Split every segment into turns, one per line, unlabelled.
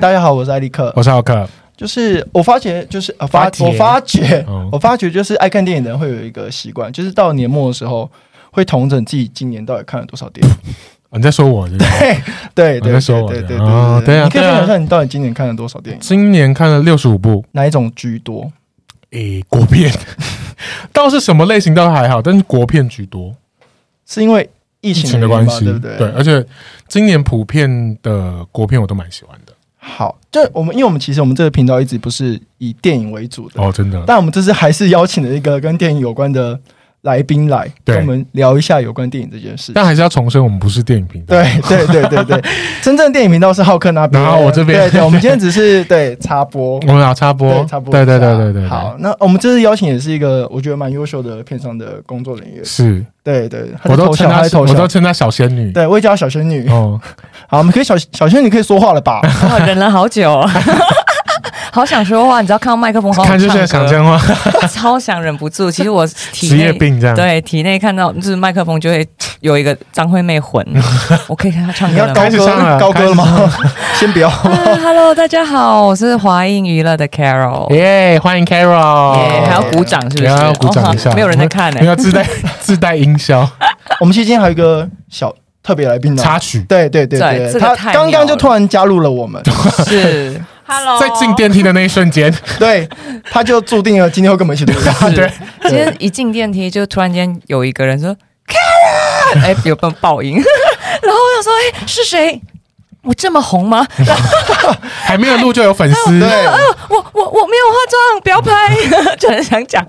大家好，我是艾利克。
我是浩克，
就是我发觉，就是、呃、发
发觉
我发觉，
嗯
我发觉就是爱看电影的人会有一个习惯，就是到年末的时候会统整自己今年到底看了多少电影。
哦你在说我 是不是？
对对
在
对
说
对
我
对
的
对
哦对啊
你可以
对
分
啊
享一下你到底今年看了多少电影，
今年看了六十五部，
哪一种居多？
诶，国片 倒是什么类型倒还好，但是国片居多，
是因为疫
疫
情
情的
原因
关
吧
系，
对不对？
而且今年普遍的国片我都蛮喜欢的
好，就我们，因为我们其实我们这个频道一直不是以电影为主的，
哦，真的，
但我们这次还是邀请了一个跟电影有关的来宾来
对
跟我们聊一下有关电影这件事。
但还是要重申，我们不是电影频道，
对对对对对， 真正电影频道是浩克那边，
然后我这边
对对，我们今天只是对插播，
我们要插播
对，插播一
对
下，
对对对对，对
好，，那我们这次邀请也是一个我觉得蛮优秀的片商的工作人员，
是，
对对，他在
我都
偷
称
笑，
她
他在，偷
我都
笑，
称她小仙女，
对，我也叫她小仙女。
哦，
好，我们可以小小仙女可以说话了 吧？
我哦忍了好久、 好想说话，你知道看到麦克风好
看就是想
唱歌，
讲话，
超想忍不住。其实我体
职业
内
病这样，
对体内看到就是麦克风就会有一个张惠 妹魂，我可以看她唱
你
歌
要
了
高
吗。
开始
歌
唱了
高歌了吗？ 先不要，
啊 Hello，大家好，我是华映娱乐的 Carol，耶、
耶，欢迎 Carol，
还要鼓掌是不是？
哎要鼓掌一下
哦好没有人在看 呢、
你要自 带自带音效
我们其实今天还有一个小特别来宾呢。
插曲。
对对对
对
对，
这个
他
太
刚
妙
刚
了
就突然加入了我们，
是 Hello，
在进电梯的那一瞬 间，
对，他就注定了今天会跟我们一起录音。
是
对
今天一进电梯，就突然间有一个人说 “Karen”，哎、有有爆音， 然后我想说，哎、是谁？我这么红吗？
还没有录就有粉 丝，
对，
我我我没有化妆，不要拍， 就很想讲。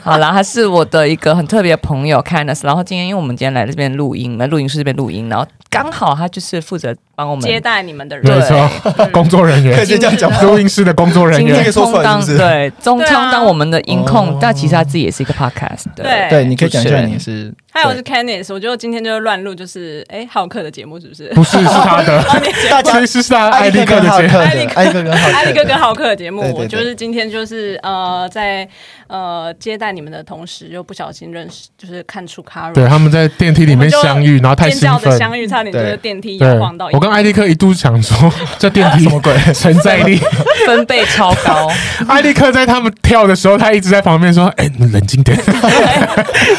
好了，他是我的一个很特别的朋友 c a n d 然后今天因为我们今天来这边录音，来录音室这边录音，然后刚好他就是负责帮我们
接待你们的人。
没错，工作人
可
员
以，先这样讲吗？
录音室的工作人
今天
员
这个说
充
出来
当
是不是
对，中
对啊
充当我们的音控
啊
哦，
但其实他自己也是一个 podcast 的。
对
对，你可以讲一
主
下
持人
你是。
嗨，我是 Candice，我觉得我今天就是乱 录，就是哎浩克的节目是不是？
不是是他 的，
哦，你的节目
大家
其实是他艾
艾
利
利
克
克
的
跟浩
节
克的，
目。
艾利克
艾利克跟浩克，
艾利克跟浩克的节目
对，对对
我就是今天就是呃在呃接待你们的同时，又不小心认识，就是看出 Caro
对，他们在电梯里面相遇，然后太
尖
兴
叫的
奋。
啊
相遇，差点就是
对
电梯
对
摇晃到，一
我
半。
跟艾利克一度 想说，这电梯什么鬼？承载力。
分贝超 高，
艾利克在他们跳的时候，他一直在旁边说：“哎，你们冷 静点。”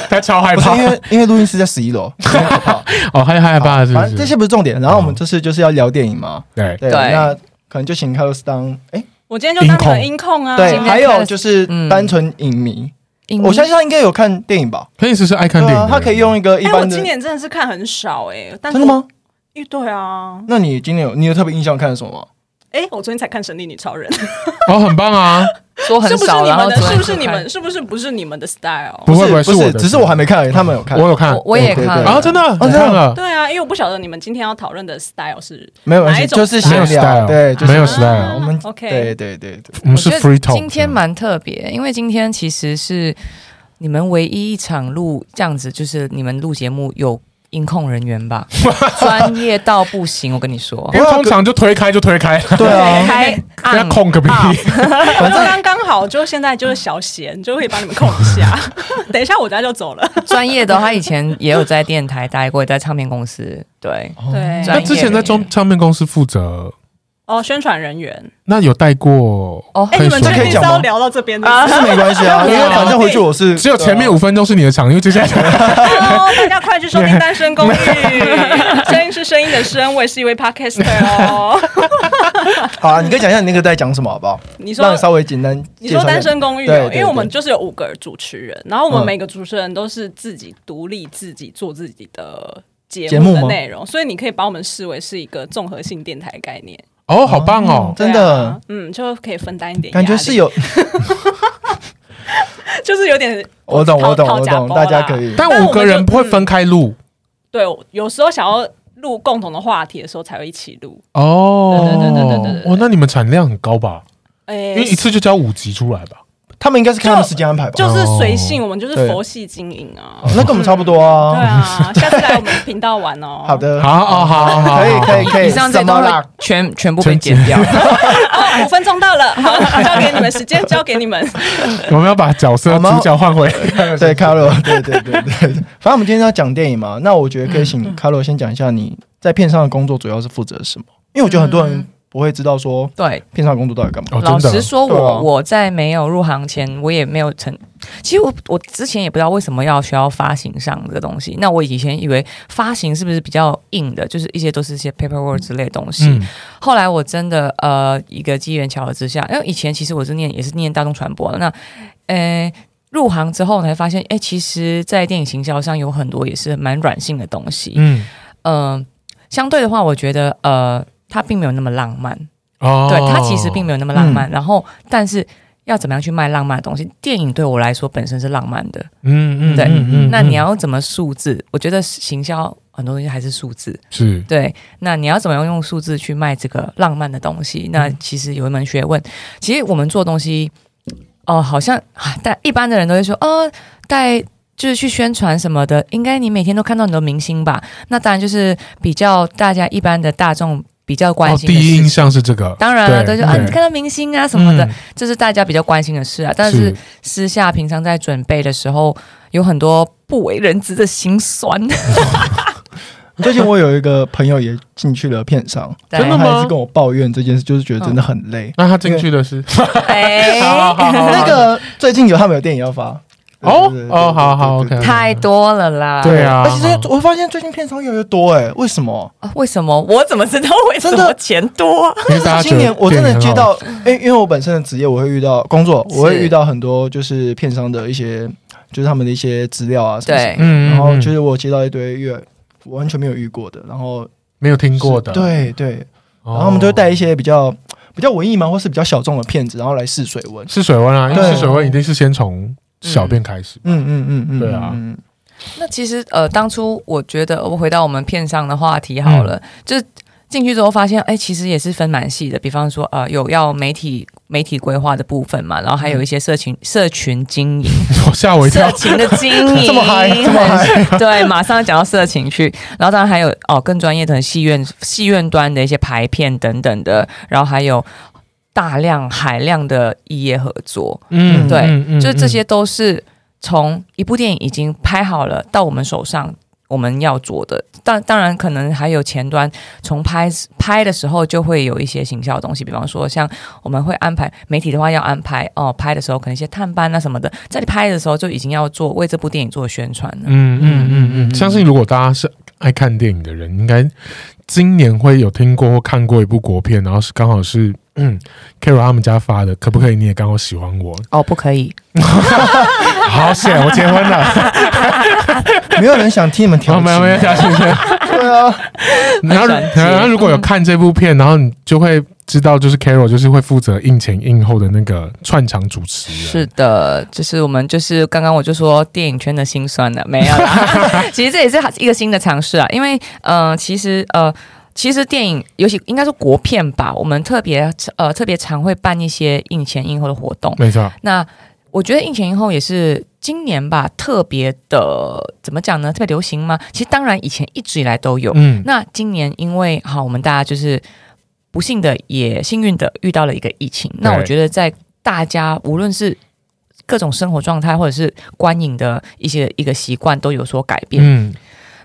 他超害
不是
怕
因为因为录音室在十一 楼，有点可怕
哦，害害怕
好
是嗯
反正
不
这
是？
些不是重点。然后我们这次就是要聊电影嘛，
对，
对，
对
那可能就请 Carlos 当哎，
我今天就当你们音控啊，
对，
今天
还有
Carlos-
就是
嗯
单纯影迷，
因为
我相信他应该有看电影吧？
可以试试爱看
对
电
啊，
影。
他可以。用一个一
哎，我
般的
今，年真的是看很少哎，但是
真的
我？
吗？
哎对啊，
那你今年有你有特别印象看什么吗？
哎，我昨天才看《神力女超人》，
哦，很棒啊！
说很
是不是
少，
你
然后
们的？
昨
是
天
不是你
看
们？是不是不是你们的 style？
不会
是
不会，
不
我的，嗯
只是我还没看而已，他们有看，
我有看
我，我也
对对
看
对
了
啊，真的，
真
我
的
看了。
对啊，因为我不晓得你们今天要讨论的 style 是
没有关系，
哪一种
就是
没有
闲
style，
聊，对，就是
没有
啊
style
我们
OK
对对对对，
我们嗯是
我觉得
free talk。
今天蛮特别，因为今天其实是你们唯一一场录这样子，就是你们录节目有音控人员 吧，专业到不行，我跟你说
因。为通常就推开就推开，
对啊，
开
要
暗
控个屁！
反正
刚刚好，就现在就是小贤，就会帮你们控一 下。等一下我家就走了。
专业的，他以前也有在电台待过，也在唱片公司，对，
对
哦那之前在中唱片公司负责，
哦，宣传人员，
那有带过
哦
哎、
可以
你们
说
这
确
可
定
以
是
讲吗
要聊到这边的？
但是没关系 啊，因为反正回去我是
只有前面五分钟是你的场，因为接下来
哦，大家快去收听《单身公寓》， 声音是声音的声，我也是一位 podcaster 哦。
好啊，你可以讲一下你那个在讲什么好不好？
你
让
说
你。稍微简单
你
介绍
说
一下。
单身公寓、
对对，
哦
对
因为我们就是有五个主持人，然后
嗯
我们每个主持人都是自己独立、自己做自己的
节
节
目
目
吗
的内容，所以你可以把我们视为是一个综合性电台概念。
哦，好棒哦！
真
对
的
啊，嗯，就可以分担一点压
感
力，
觉是有，
就是有点
我懂我懂
讨
我
假
懂，
包啊
大家
啦
可以。
但五个人不会分开录
对，有时候想要录共同的话题的时候才会一起录。
哦。
对对对对对对对
哦，那你们产量很高吧？
诶
因为一次就交五集出来吧？
他们应该是看他们时间安排吧？
就是随性，我们就是
哦对
佛系经营啊。
那跟我们差不多
对
啊。
啊，下次来我们频道玩哦。
好，的，
好哦，好好好，
可以可以可以。
以上这
怎
些都
么
会
啦？
全全部被剪 掉，
哦，五分钟到了，好，交给你们时间，交给 你们。
我们要把角色
我们
主角换回。
对，卡罗， 对对对对。反正我们今天要讲电影
嗯嗯
嘛，那我觉得可以请卡罗先讲一下你在片上的工作主要是负责什么，因为我觉得很多人不会知道说
对，
片场工作到底干嘛。
哦，
老
真
实
的
说我，
对
我、
啊
在没有入行前，我也没有成。其实我我之前也不知道为什么要需要发行上这个东西。那我以前以为发行是不是比较硬的，就是一些都是一些 paperwork 之类的东西。
嗯，
后来我真的呃，一个机缘巧合之下，因为以前其实我是念也是念大众传播的，那呃入行之后才发现，哎，其实，在电影行销上有很多也是蛮软性的东西。
嗯，
嗯，相对的话，我觉得呃，它并没有那么浪漫。
哦，嗯
对，它其实并没有那么浪漫。然后，但是要怎么样去卖浪漫的东西？电影对我来说本身是浪漫的。
嗯，嗯嗯，
对
嗯，嗯
那你要怎么数字？我觉得行销很多东西还是数字。
是
对，那你要怎么样用数字去卖这个浪漫的东
嗯
西？那其实有一门学问。其实我们做东西，哦、好像啊但一般的人都会说，哦，带就是去宣传什么的，应该你每天都看到很多明星吧？那当然就是比较大家一般的大众比较关
哦，
心的
第一
事
印
情。
象是这个，
当然了，
对
对，就啊，
对
你看到明星啊什么的
嗯，
这是大家比较关心的事啊。但是私下平常在准备的时候，有很多不为人知的 辛酸。
最近我有一个朋友也进去了片场，
对真
的吗
他也是跟我抱怨这件事，就是觉得真的很累。
那他进去的是
哎，
好好好
那个最近有他们有电影要发
哦
对对对对
哦，好好
对对
，OK，
太多了啦。
对啊
而且最近我发现最近片场越来越多哎，为什么？
啊为什么？我怎么知道为什
真
么
的
钱多啊？
因为大家觉
今
得
年我真的
电影
接
很好，
到，因为因为我本身的职业，我会遇到工作，
是
我会遇到很多就是片商的一些，就是他们的一些资料啊什么什么，
对，
嗯，嗯
然后就
嗯
是我接到一堆越我完全没有遇过的，然后
没有听过的，，
对对，
然
然后我们就会带一些比较比较文艺嘛，或是比较小众的片子，然后来试水温。
试水温啊，因为
对
试水温一定是先从小便开始，
嗯嗯嗯嗯，
对啊
嗯，嗯
那其实呃，当初我觉得，我回到我们片上的话题好
嗯
了，就是进去之后发现，哎，其实也是分蛮细的。比方说，呃，有要媒体媒体规划的部分嘛，然后
嗯
还有一些社群社群经营，
我吓我一
社
跳，
群的经 营，
这么嗨这么
很 对，马上讲到色情去，然后当然还有哦，更专业的戏院戏院端的一些排片等等的，然后还有大量海量的异业合作，
嗯，
对
嗯，嗯
就是这些，都是从一部电影已经拍好了到我们手上。我们要做的，当当然可能还有前端，从拍拍的时候就会有一些行销的东西，比方说像我们会安排媒体的话要安排哦，拍的时候可能一些探班啊什么的，在你拍的时候就已经要做为这部电影做宣传了。
嗯嗯嗯嗯嗯，
嗯
相信如果大家是爱看电影的人，应该今年会有听过或看过一部国片，然后是刚好是嗯 Carol 他们家发的，可不可以你也刚好喜欢 我？
哦，不可以，
好险，我结婚了，
嗯没有人想听你们
没
调啊
有 没有没有，
情，
相信
对啊，
然后，
转接
然后如果有看这部片，然后你就会知道，就是 Carol 就是会负责映前映后的那个串场主持人。
是的，就是我们就是刚刚我就说电影圈的辛酸了，没有啦。其实这也是一个新的尝试啊，因为呃，其实呃。其实电影，尤其应该说国片吧，我们特别呃特别常会办一些映前映后的活动。
没错，
那我觉得映前映后也是今年吧，特别的怎么讲呢？特别流行吗？其实当然以前一直以来都有，
嗯，
那今年因为好，我们大家就是不幸的也幸运的遇到了一个疫情。那我觉得在大家无论是各种生活状态，或者是观影的一些一个习惯都有所改变。
嗯，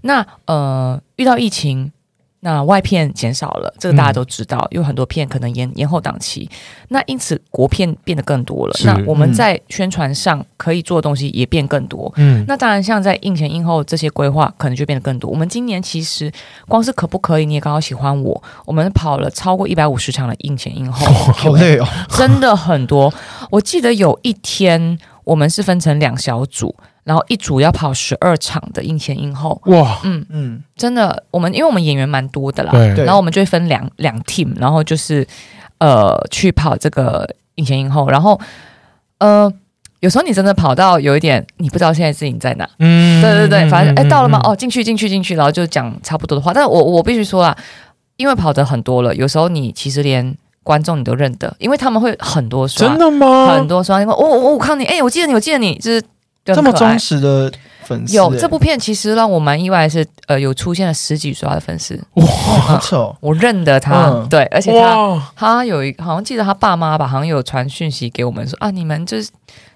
那呃，遇到疫情。那外片减少了，这个大家都知道，有很多片可能延延后档期，那因此国片变得更多了。
是
那我们
嗯
在宣传上可以做的东西也变更多。
嗯，
那当然，像在映前映后这些规划，可能就变得更多。我们今年其实光是可不可以，你也刚好喜欢我，我们跑了超过一百五十场的映前映后，
好累 哦，
真的很多。我记得有一天，我们是分成两小组，然后一组要跑十二场的映前映后。
哇，
嗯，
嗯，
真的，我们因为我们演员蛮多的啦，
对
对
然后我们就会分两两 team，然后就是呃去跑这个映前映后，然后呃有时候你真的跑到有一点你不知道现在自己在哪，
嗯，
对对对，反正哎、到了吗？
嗯，
哦，进去进去进去，然后就讲差不多的话。但我我必须说啊，因为跑的很多了，有时候你其实连观众你都认得，因为他们会很多刷，
真的吗？
很多刷，因为哦哦哦我看你，哎、我记得你，我记得你，就是就
这
很
么
可爱
忠实的粉丝，
有
哎
这部片，其实让我蛮意外的是，呃，有出现了十几刷的粉丝，
好丑，
我认得他，
嗯
对，而且他
哇，
他有一好像记得他爸妈吧，好像有传讯息给我们说啊，你们就是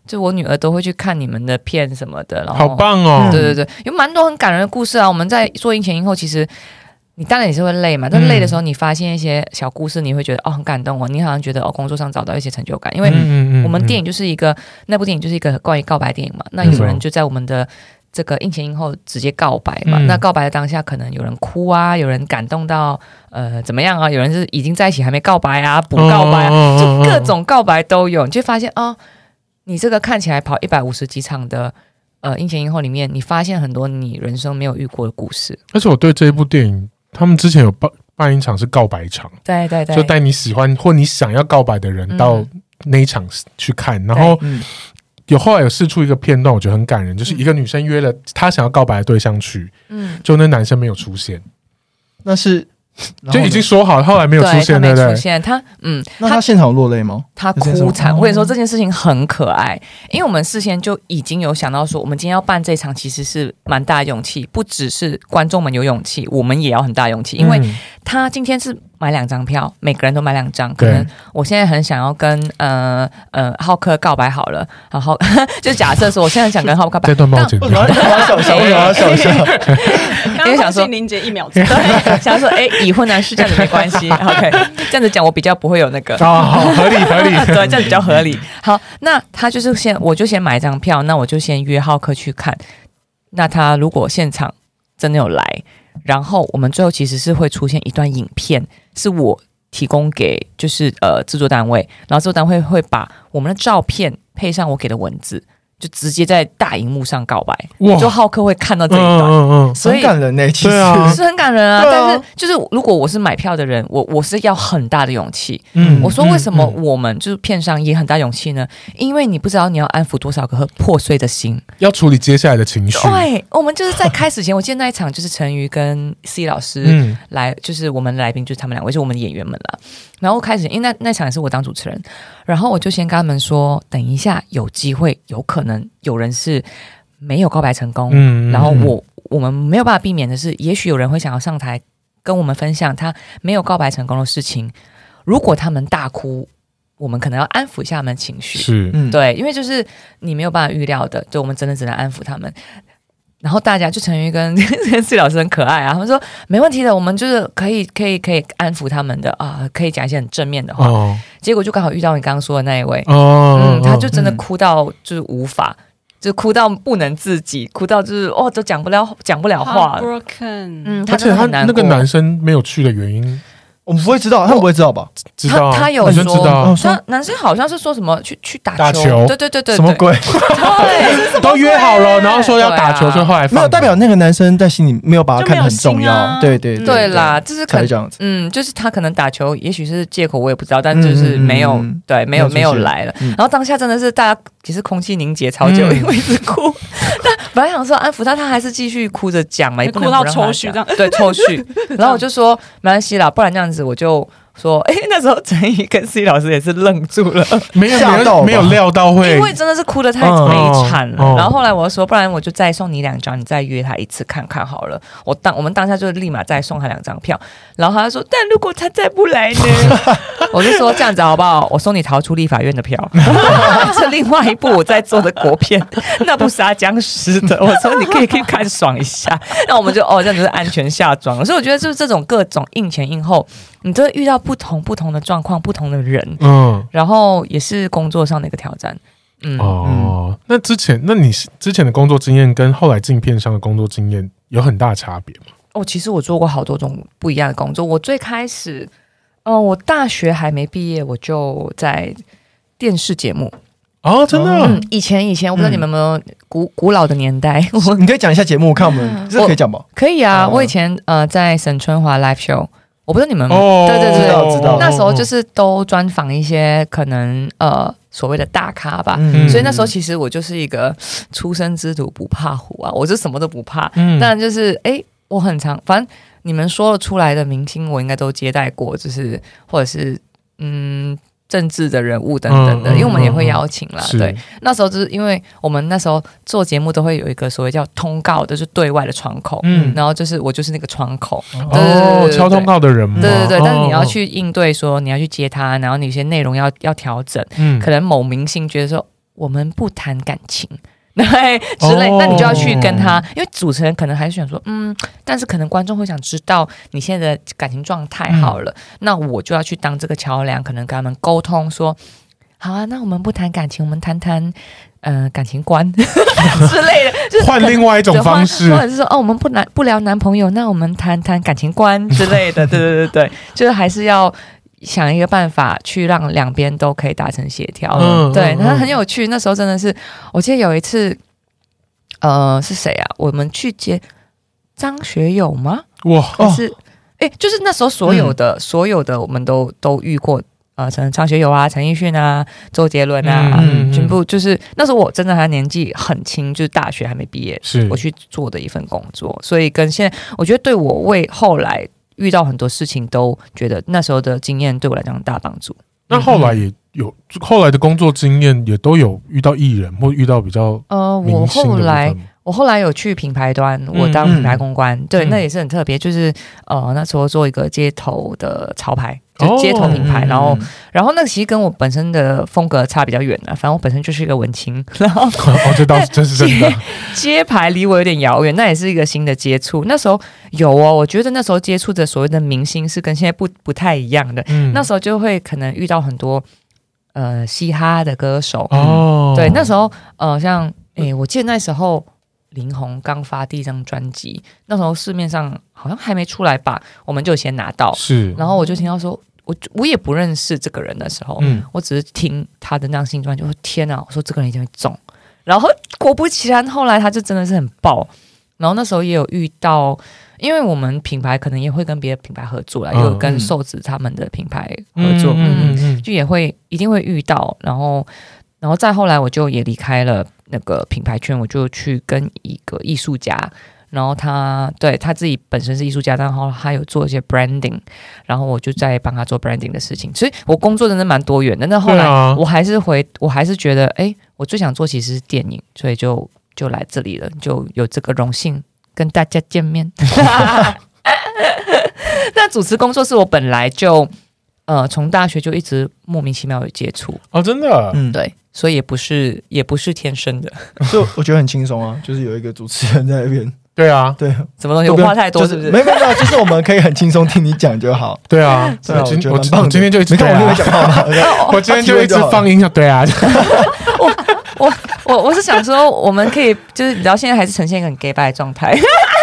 就我女儿都会去看你们的片什么的，然
好
后
棒哦！
嗯
对对对，有蛮多很感人的故事啊。我们在做映前映后，其实你当然也是会累嘛，
嗯
但是累的时候，你发现一些小故事，你会觉得、哦很感动哦，你好像觉得哦工作上找到一些成就感，因为
嗯
我们电
影
影就是一个、那部电影就是一个关于告白电影嘛，那有人就在我们的这个映前映后直接告白嘛，
嗯
那告白的当下可能有人哭啊，有人感动到呃怎么样啊，有人是已经在一起还没告白啊，补告白啊，
哦
就各种告白都有，你就发现哦，你这个看起来跑一百五十几场的呃映前映后里面，你发现很多你人生没有遇过的故事，
而且我对这一部电影，他们之前有办办一场是告白场，
对对对，
就带你喜欢或你想要告白的人
嗯
到那一场去看，然后
嗯，
有后来有试出一个片段，我觉得很感人，就是一个女生约了她想要告白的对象去，
嗯，
就那男生没有出现，
那是然后
就
呢
已经说好，后来没有出现，对
对他
不
没出
对？
现，他嗯，
那他现场有落泪 吗？
他
有这
哭
种
惨。
哦
我跟你说，这件事情很可爱，因为我们事先就已经有想到说，我们今天要办这场其实是蛮大的勇气，不只是观众们有勇气，我们也要很大勇气，因为
嗯
他今天是买两张票，每个人都买两张，可
对
能我现在很想要跟呃呃浩克告白好了，然后 就假设说我现在很想跟浩克告白，
这段帮我剪
为什么
掉
嗯
要，为什么要笑一下？为什么要笑一下？
刚刚
想说
心林姐一秒 钟，
对，想说哎，已婚男是这样子没关系，OK，这样子讲我比较不会有那个
啊，好合 理合理，
对，这样比较合理。 好，那他就是先，我就先买一张票，那我就先约浩克去看。那他如果现场真的有来，然后我们最后其实是会出现一段影片，是我提供给就是呃制作单位，然后制作单位会把我们的照片配上我给的文字，就直接在大荧幕上告白，
哇
就浩克会看到这一段，
嗯嗯
所以
很感人呢、欸其
对
实
啊
是很感人啊。
对啊
但是就是如果我是买票的人，我我是要很大的勇气，
嗯
我说为什么我们就是片商也很大勇气呢？因为你不知道你要安抚多少个破碎的心。
要处理接下来的情绪？
对，我们就是在开始前，我记得那一场就是陈瑜跟 C 老师
嗯
来，就是我们来宾就是他们两位，就是我们的演员们了。然后开始，因为那那场也是我当主持人，然后我就先跟他们说，等一下有机会，有可能有人是没有告白成功，
嗯
然后我我们没有办法避免的是，也许有人会想要上台跟我们分享他没有告白成功的事情。如果他们大哭，我们可能要安抚一下他们的情绪。
是
嗯，
对，因为就是你没有办法预料的，对我们真的只能安抚他们。然后大家就陈瑜跟 跟四老师很可爱啊，他们说没问题的，我们就是可以可以可以安抚他们的啊，可以讲一些很正面的话。
哦
结果就刚好遇到你刚刚说的那一位，
哦
嗯，，他就真的
嗯
哭到就是无法，就哭到不能自己，哭到就是哦，都讲不了讲不了话。
broken，
嗯，
而
真
且
的
他
很难
那个
过
男生没有去的原因，
我们不会知道，他们不会知道吧？
知道啊
他有
男生
说
知道啊
哦
他男生好像是说什么去去打
打球
对对对对，
什么
对？
鬼？
哦对，啊
都约好了，然后说要打球，
对啊
所以后来放
没有代表那个男生在心里没有把他看得很
就
重
没
要，
有心啊
对对
嗯
对啦，，就是可
才
能
会这样子。
嗯，就是他可能打球，也许是借口，我也不知道，但就是没有、
嗯嗯嗯
对，没有没
没有
有
出现
来了。
嗯
然后当下真的是大家也是空气凝结超久，
嗯
因为一直哭。但本来想说安抚他，他还是继续哭着讲嘛，也不能
哭到
不让他
抽搐
讲，对抽 搐。然后我就说没关系啦，不然这样子我就说，哎、那时候陈怡跟 C 老师也是愣住了，
没有没
吓到
有
吧
没有料到会
因为真的是哭的太
嗯
悲惨了。
哦
然后后来我就说，不然我就再送你两张，你再约他一次看看好了。我当我们当下就立马再送他两张票，然后他就说，但如果他再不来呢？ 我就说这样子好不好？我送你逃出立法院的票， 是另外一部我在做的国片， 那部杀僵尸的。 我说你可以去看爽一下， 那我们就哦这样就是安全下装了。所以我觉得就是这种各种应前应后，你都会遇到不同不同的状况，不同的人。
嗯
然后也是工作上的一个挑战。嗯，
哦。那之前，那你是之前的工作经验跟后来进片商的工作经验有很大差别吗？
哦，其实我做过好多种不一样的工作。我最开始，嗯、我大学还没毕业，我就在电视节目。
哦，真
嗯
的，
以前以前，我不知道你们有没
嗯
有古、古老的年代，我
你可以讲一下节目，看我
嗯
们这可以讲吧？
可以啊。
哦
我以前呃在沈春华 live show，我不知道你们有没有
哦，
嗯对对对
知道知道哦
那时候就是都专访一些可能呃所谓的大咖吧。
嗯
所以那时候其实我就是一个呃初生之犊不怕虎啊，我就什么都不怕。
嗯
但就是哎、诶我很常，反正你们说了出来的明星，我应该都接待过，就是或者是嗯政治的人物等等的，
嗯嗯嗯
因为我们也会邀请啦。
是
对，那时候就是因为我们那时候做节目都会有一个所谓叫通告的，就对外的窗口。
嗯
然后就是我就是那个窗口，对对对
哦
对，对
敲通告的人嘛，
对对对，但是你要
哦，
去应对说你要去接他，然后你有些内容要要调整，
嗯
可能某明星觉得说我们不谈感情， 对之类
哦，
那你就要去跟他，因为主持人可能还是想说，嗯，但是可能观众会想知道你现在的感情状态好
嗯
了，那我就要去当这个桥梁，可能跟他们沟通说，好啊，那我们不谈感情，我们谈谈呃感情观 之类的，就是
换
可能
另外一种
对
方
或
式
或，者是说哦，我们不男不聊男朋友，那我们谈谈感情观之 类的，对对对对，就是还是要想一个办法去让两边都可以达成协调。
嗯
对
嗯，
那
嗯
很有趣，那时候真的是，我记得有一次，呃，是谁啊？我们去接张学友吗？
哇，
还是哎、就是那时候所有
嗯
的、所有的我们都都遇过。呃，陈张学友啊，陈奕迅啊，周杰伦啊，
嗯嗯嗯
全部就是那时候我真的还年纪很轻，就是大学还没毕业，
是
我去做的一份工作，所以跟现在，我觉得对我为后来遇到很多事情都觉得那时候的经验对我来讲很大帮助。
那后来也有后来的工作经验，也都有遇到艺人或遇到比较
呃，我
明星的部
后
分
来
吗
我后来有去品牌端，
嗯
我当品牌公关，对，
嗯
那也是很特别，就是呃那时候做一个街头的潮牌，
哦
就街头品牌，
嗯
然后然后那个其实跟我本身的风格差比较远了、反正我本身就是一个文青，然 后
哦，这倒是真是真的，
街牌离我有点遥远，那也是一个新的接触。那时候有哦，我觉得那时候接触的所谓的明星是跟现在不不太一样的。
嗯
那时候就会可能遇到很多呃嘻哈的歌手，
哦，
对，那时候呃像诶、我记得那时候林红刚发第一张专辑，那时候市面上好像还没出来吧，我们就先拿到，
是，
然后我就听到说，我我也不认识这个人的时候，
嗯，
我只是听他的那张新专辑，我说天啊，我说这个人一定会中。然后果不其然，后来他就真的是很爆。然后那时候也有遇到，因为我们品牌可能也会跟别的品牌合作啦，
嗯
也有跟
嗯
瘦子他们的品牌合作，嗯，
嗯嗯
就也会一定会遇到。然后，然后再后来我就也离开了那个品牌圈，我就去跟一个艺术家，然后他对他自己本身是艺术家，然后他有做一些 branding，然后我就在帮他做 branding 的事情。所以我工作真的蛮多元的。那后
对
来
啊
我还是回，我还是觉得，哎，我最想做其实是电影，所以就就来这里了，就有这个荣幸跟大家见面。那主持工作是我本来就呃从大学就一直莫名其妙有接触，
哦，真的，
嗯，
对，所以也不是也不是天生的，
所以我觉得很轻松啊，就是有一个主持人在那边，
对啊，
对，
什么东西
都
我
不用
话太多是不？
就是没有没有没有，就是我们可以很轻松听你讲就好。
对啊，
对啊
今
我觉得
我
蛮
今
棒的
我今天就一直
没看我没有
对啊
讲话吗？
我今天就一直放音效，对啊，
我我是想说，我们可以就是聊现在还是呈现一个很 gay bye 的状 态，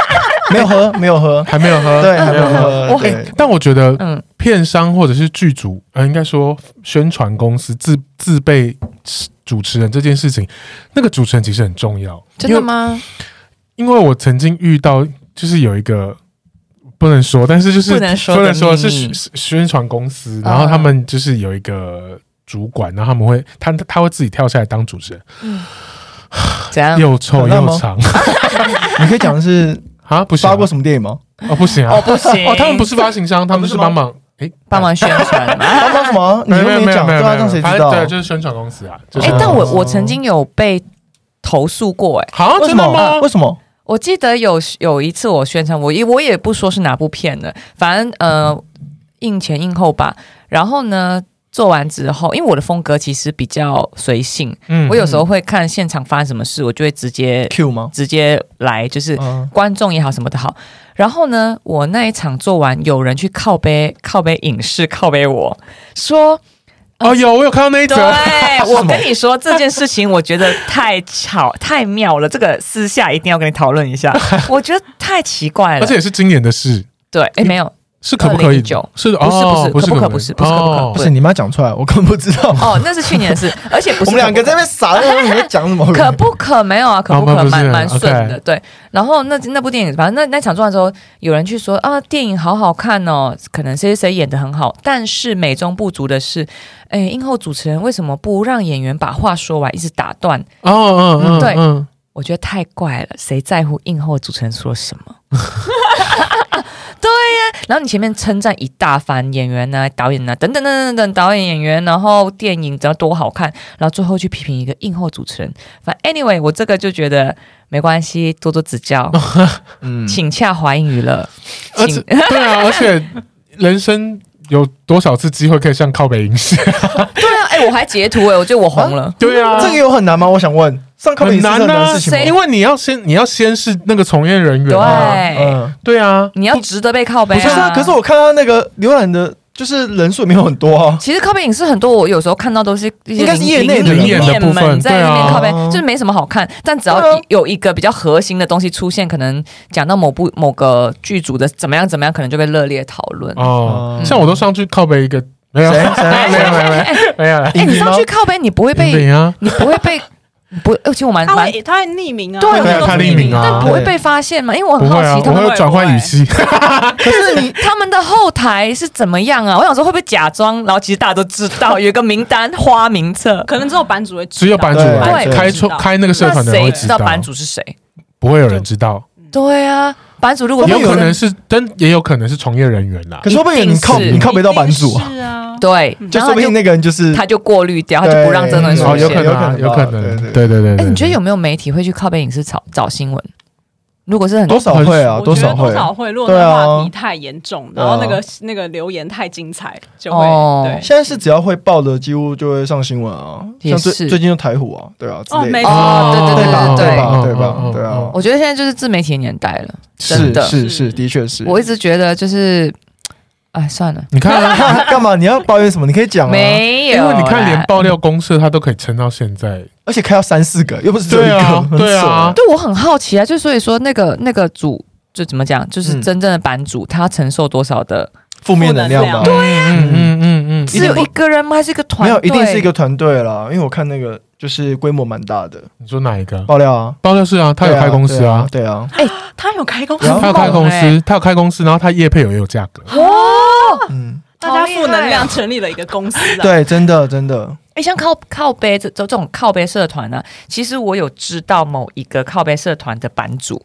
没有喝，没有喝，
还没有喝，
对，还没有 喝，
我很
对，
但我觉得
嗯，
片商或者是剧组，呃，应该说宣传公司自自备主持人这件事情，那个主持人其实很重要。
真的吗？
因为？因为我曾经遇到，就是有一个不能说，但是就是
不能说的
不能说是
秘密
宣宣传公司，然后他们就是有一个主管，然后他们会他他会自己跳下来当主持人，
怎样？
又臭
有那
又
么
长
你可以讲的是
啊， 不行啊
发过什么电影吗？
哦，不行啊，
哦，不 行，
哦，他们不是发行商，他们是
不是吗
帮忙诶，
帮忙宣传吗？
发过什么？你
没有
又
没有没有
讲，
没
对
有
啊，
没
让
有，
谁
反
知
正
道？
对，就是宣传公司啊， 就是
哎、
哦
但我我曾经有被投诉过、哎，
好，
为什
真的吗
么？？为什么？
我记得有有一次我宣传，我也我也不说是哪部片了，反正呃，映前映后吧。然后呢，做完之后，因为我的风格其实比较随性，
嗯
我有时候会看现场发生什么事，我就会直接
Q 吗？
直接来，就是
嗯，
观众也好，什么的好。然后呢，我那一场做完，有人去靠背靠背影视靠背我说，
哦，有我有看到那一
对
则，
我跟你说这件事情，我觉得太巧 太妙了，这个私下一定要跟你讨论 一下，我觉得太奇怪了。
而且也是今年的事，
对，哎，没有，
是可不可以
2019？
是
不是
哦，
不是可不可
不
不是不是可不可
哦
不是你妈讲出来，我根本不知道。
哦，那是去年 的事，而且不
我
是
们两个在
可不可
那边傻，在那边讲什么？
可不可没有啊，可不
哦
可
不是
蛮蛮顺
OK
的，对。然后那那部电影，反正那那场做完之后，有人去说啊，电影好好看哦，可能谁谁谁演的很好，但是美中不足的是，哎，映后主持人为什么不让演员把话说完，一直打断？
哦哦哦，
嗯对
嗯
我觉得太怪了，谁在乎映后主持人说什么？ 对呀、然后你前面称赞一大番演员呐、导演呐、啊等等等等等导演演员，然后电影只要多好看，然后最后去批评一个映后主持人。反正 anyway，我这个就觉得没关系，多多指教，
嗯，呃
请洽华英 娱乐，
而且
请
对啊，而且人生有多少次机会可 以像靠北影视？
对啊，哎、我还截图哎、我觉得我红了。
对啊，
这个有很难吗？我想问，上课本也是
很
很
难
难的
啊
事情
谁
吗
因？为你要先你要先是那个从业人员啊，
对，
嗯，
对啊，
你要值得被靠背
不是啊，
啊。
可是我看他那个浏览的，就是人数也没有很多啊。
其实靠背影视很多，我有时候看到都是一些
应该是业内的
灵
人吧
灵眼们在那边靠背
对啊，
就是没什么好看。但只要
对啊
有一个比较核心的东西出现，可能讲到某部某个剧组的怎么样怎么样，可能就被热烈讨论。
哦，
嗯
像我都上去靠背一个，没有，没
谁
有，
谁
没有，没有，没有啦，
哎，你
影迷
上
吗
去靠背，你不会被
林北啊，
你不会被不，而且我蛮
他
蛮
会他会匿名啊，
对
很多
对啊
都是
他
匿名啊
但不会
对
被发现吗？因为我
不
很
会
好
啊，
奇他
我
们
会转换语 气，
可是你他们的后台是怎么样啊？我想说会不会假装，然后其实大家都知 道有一个名单花名册，
可能只有版主会知道，
只有版主
对
啊
对
开出开那个社
那
团的人
谁
会
知道版主是谁？
不会有人知道，
对啊，版主如果
会不会
有
有
可
人
能是，但也有可能是从业人员啦
可。是会不会你靠
啊一定是
你靠北到版主啊？
是啊，
对，
就
然
说
后他
不定那个人就是
就他就过滤掉，他就不让这东西
对
出
哦，有可
现。
能啊，
有
有
可能
可
吧
能，
对对
对对对。
哎，
对
你觉得有没有媒体会去靠背影视找找新闻？如果是很
多少会啊，
我
多
觉
少
得
会
多
啊。
少会，如果那
对
个
啊
话题太严重，然后那个那个留言太精彩，就会
哦
对。
现在是只要会报的，几乎就会上新闻啊。
也
像
是
最最近就台虎啊，对啊，之
哦
类
没
的
错
哦，对对
吧？
对
对
对对，
吧？
嗯
对吧
嗯？
对啊，
我觉得现在就是自媒体的年代了，真
是
的。
是是，的确是。
我一直觉得就是，哎，算了，
你看啊，
干嘛？你要抱怨什么？你可以讲啊。
没有
因
啦，
为你看连爆料公社，他都可以撑到现在。
而且开到三四个，又不是只有一
对啊
个，很
对啊
爽
对我很好奇啊，就所以说那个那个主就怎么讲，就是
嗯
真正的版主、他承受多少的？
负面能量吧？
负能
对
啊
呀，
嗯嗯嗯
只有一个人吗？还是一个团
没
队？
有，一定是一个团队啦。因为我看那个就是规模蛮大的
你说哪一个？
爆料啊，
爆料是啊，他有
对啊
开公司啊，
对啊，
他有开公司
然后
他有开公
很猛
司，他有开公司，然后他业配有也有价格。
对
哇！
啊嗯，
大家负能
好厉害
量
啊
成立了一个公司啊。
对，真的真的，
哎，像靠靠背这这这种靠背社团呢、其实我有知道某一个靠背社团的版主。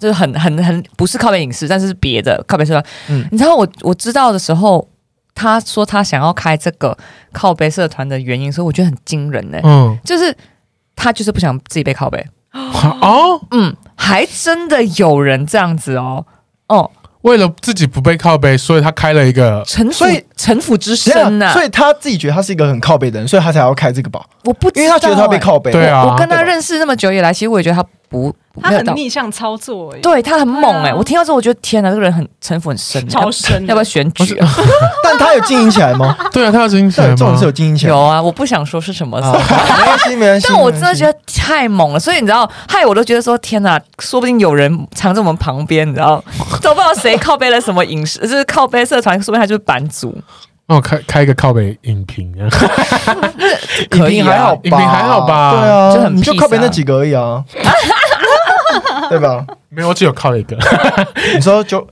就是很很很不是靠背影视，但是是别的靠背社团。
嗯
你知道我我知道的时候，他说他想要开这个靠背社团的原因，所以我觉得很惊人呢、
嗯，
就是他就是不想自己被靠背，
哦，
嗯，还真的有人这样子哦，哦，
为了自己不被靠背，所以他开了一个
城府
所以
城府之
这样
深呐、
所以他自己觉得他是一个很靠背的人，所以他才要开这个吧，
我不知
因
道、欸
为他觉得他被靠背。
对啊
我跟
对吧
他认识那么久以来，其实我也觉得他不，
他
没有
很
到
逆向操作、欸，，
对他很猛哎、
对啊
我听到之后我觉得天哪，这个人很城府很深，
超深
要
的
要不要选举、啊？
但他有经营起来吗？
对啊，他要经营起
对，
来
这种
吗
是？有经 营起来
有
吗。
啊，我不想说是什么。
啊，没关系，没关系。
但我真的觉
得，
得太猛了，所以你知道，害我都觉得说天哪，说不定有人藏在我们旁边，你知道， 都不知道谁靠背了什么影视，就是靠背社团，说不定他就是版主。
哦，开开一个靠背影评啊，
可以啊
影评还好吧，
影评还好吧
对啊，
就很
你就
peace 啊
靠背那几个而已啊，对吧？
没有，我只有靠了一个。
你说就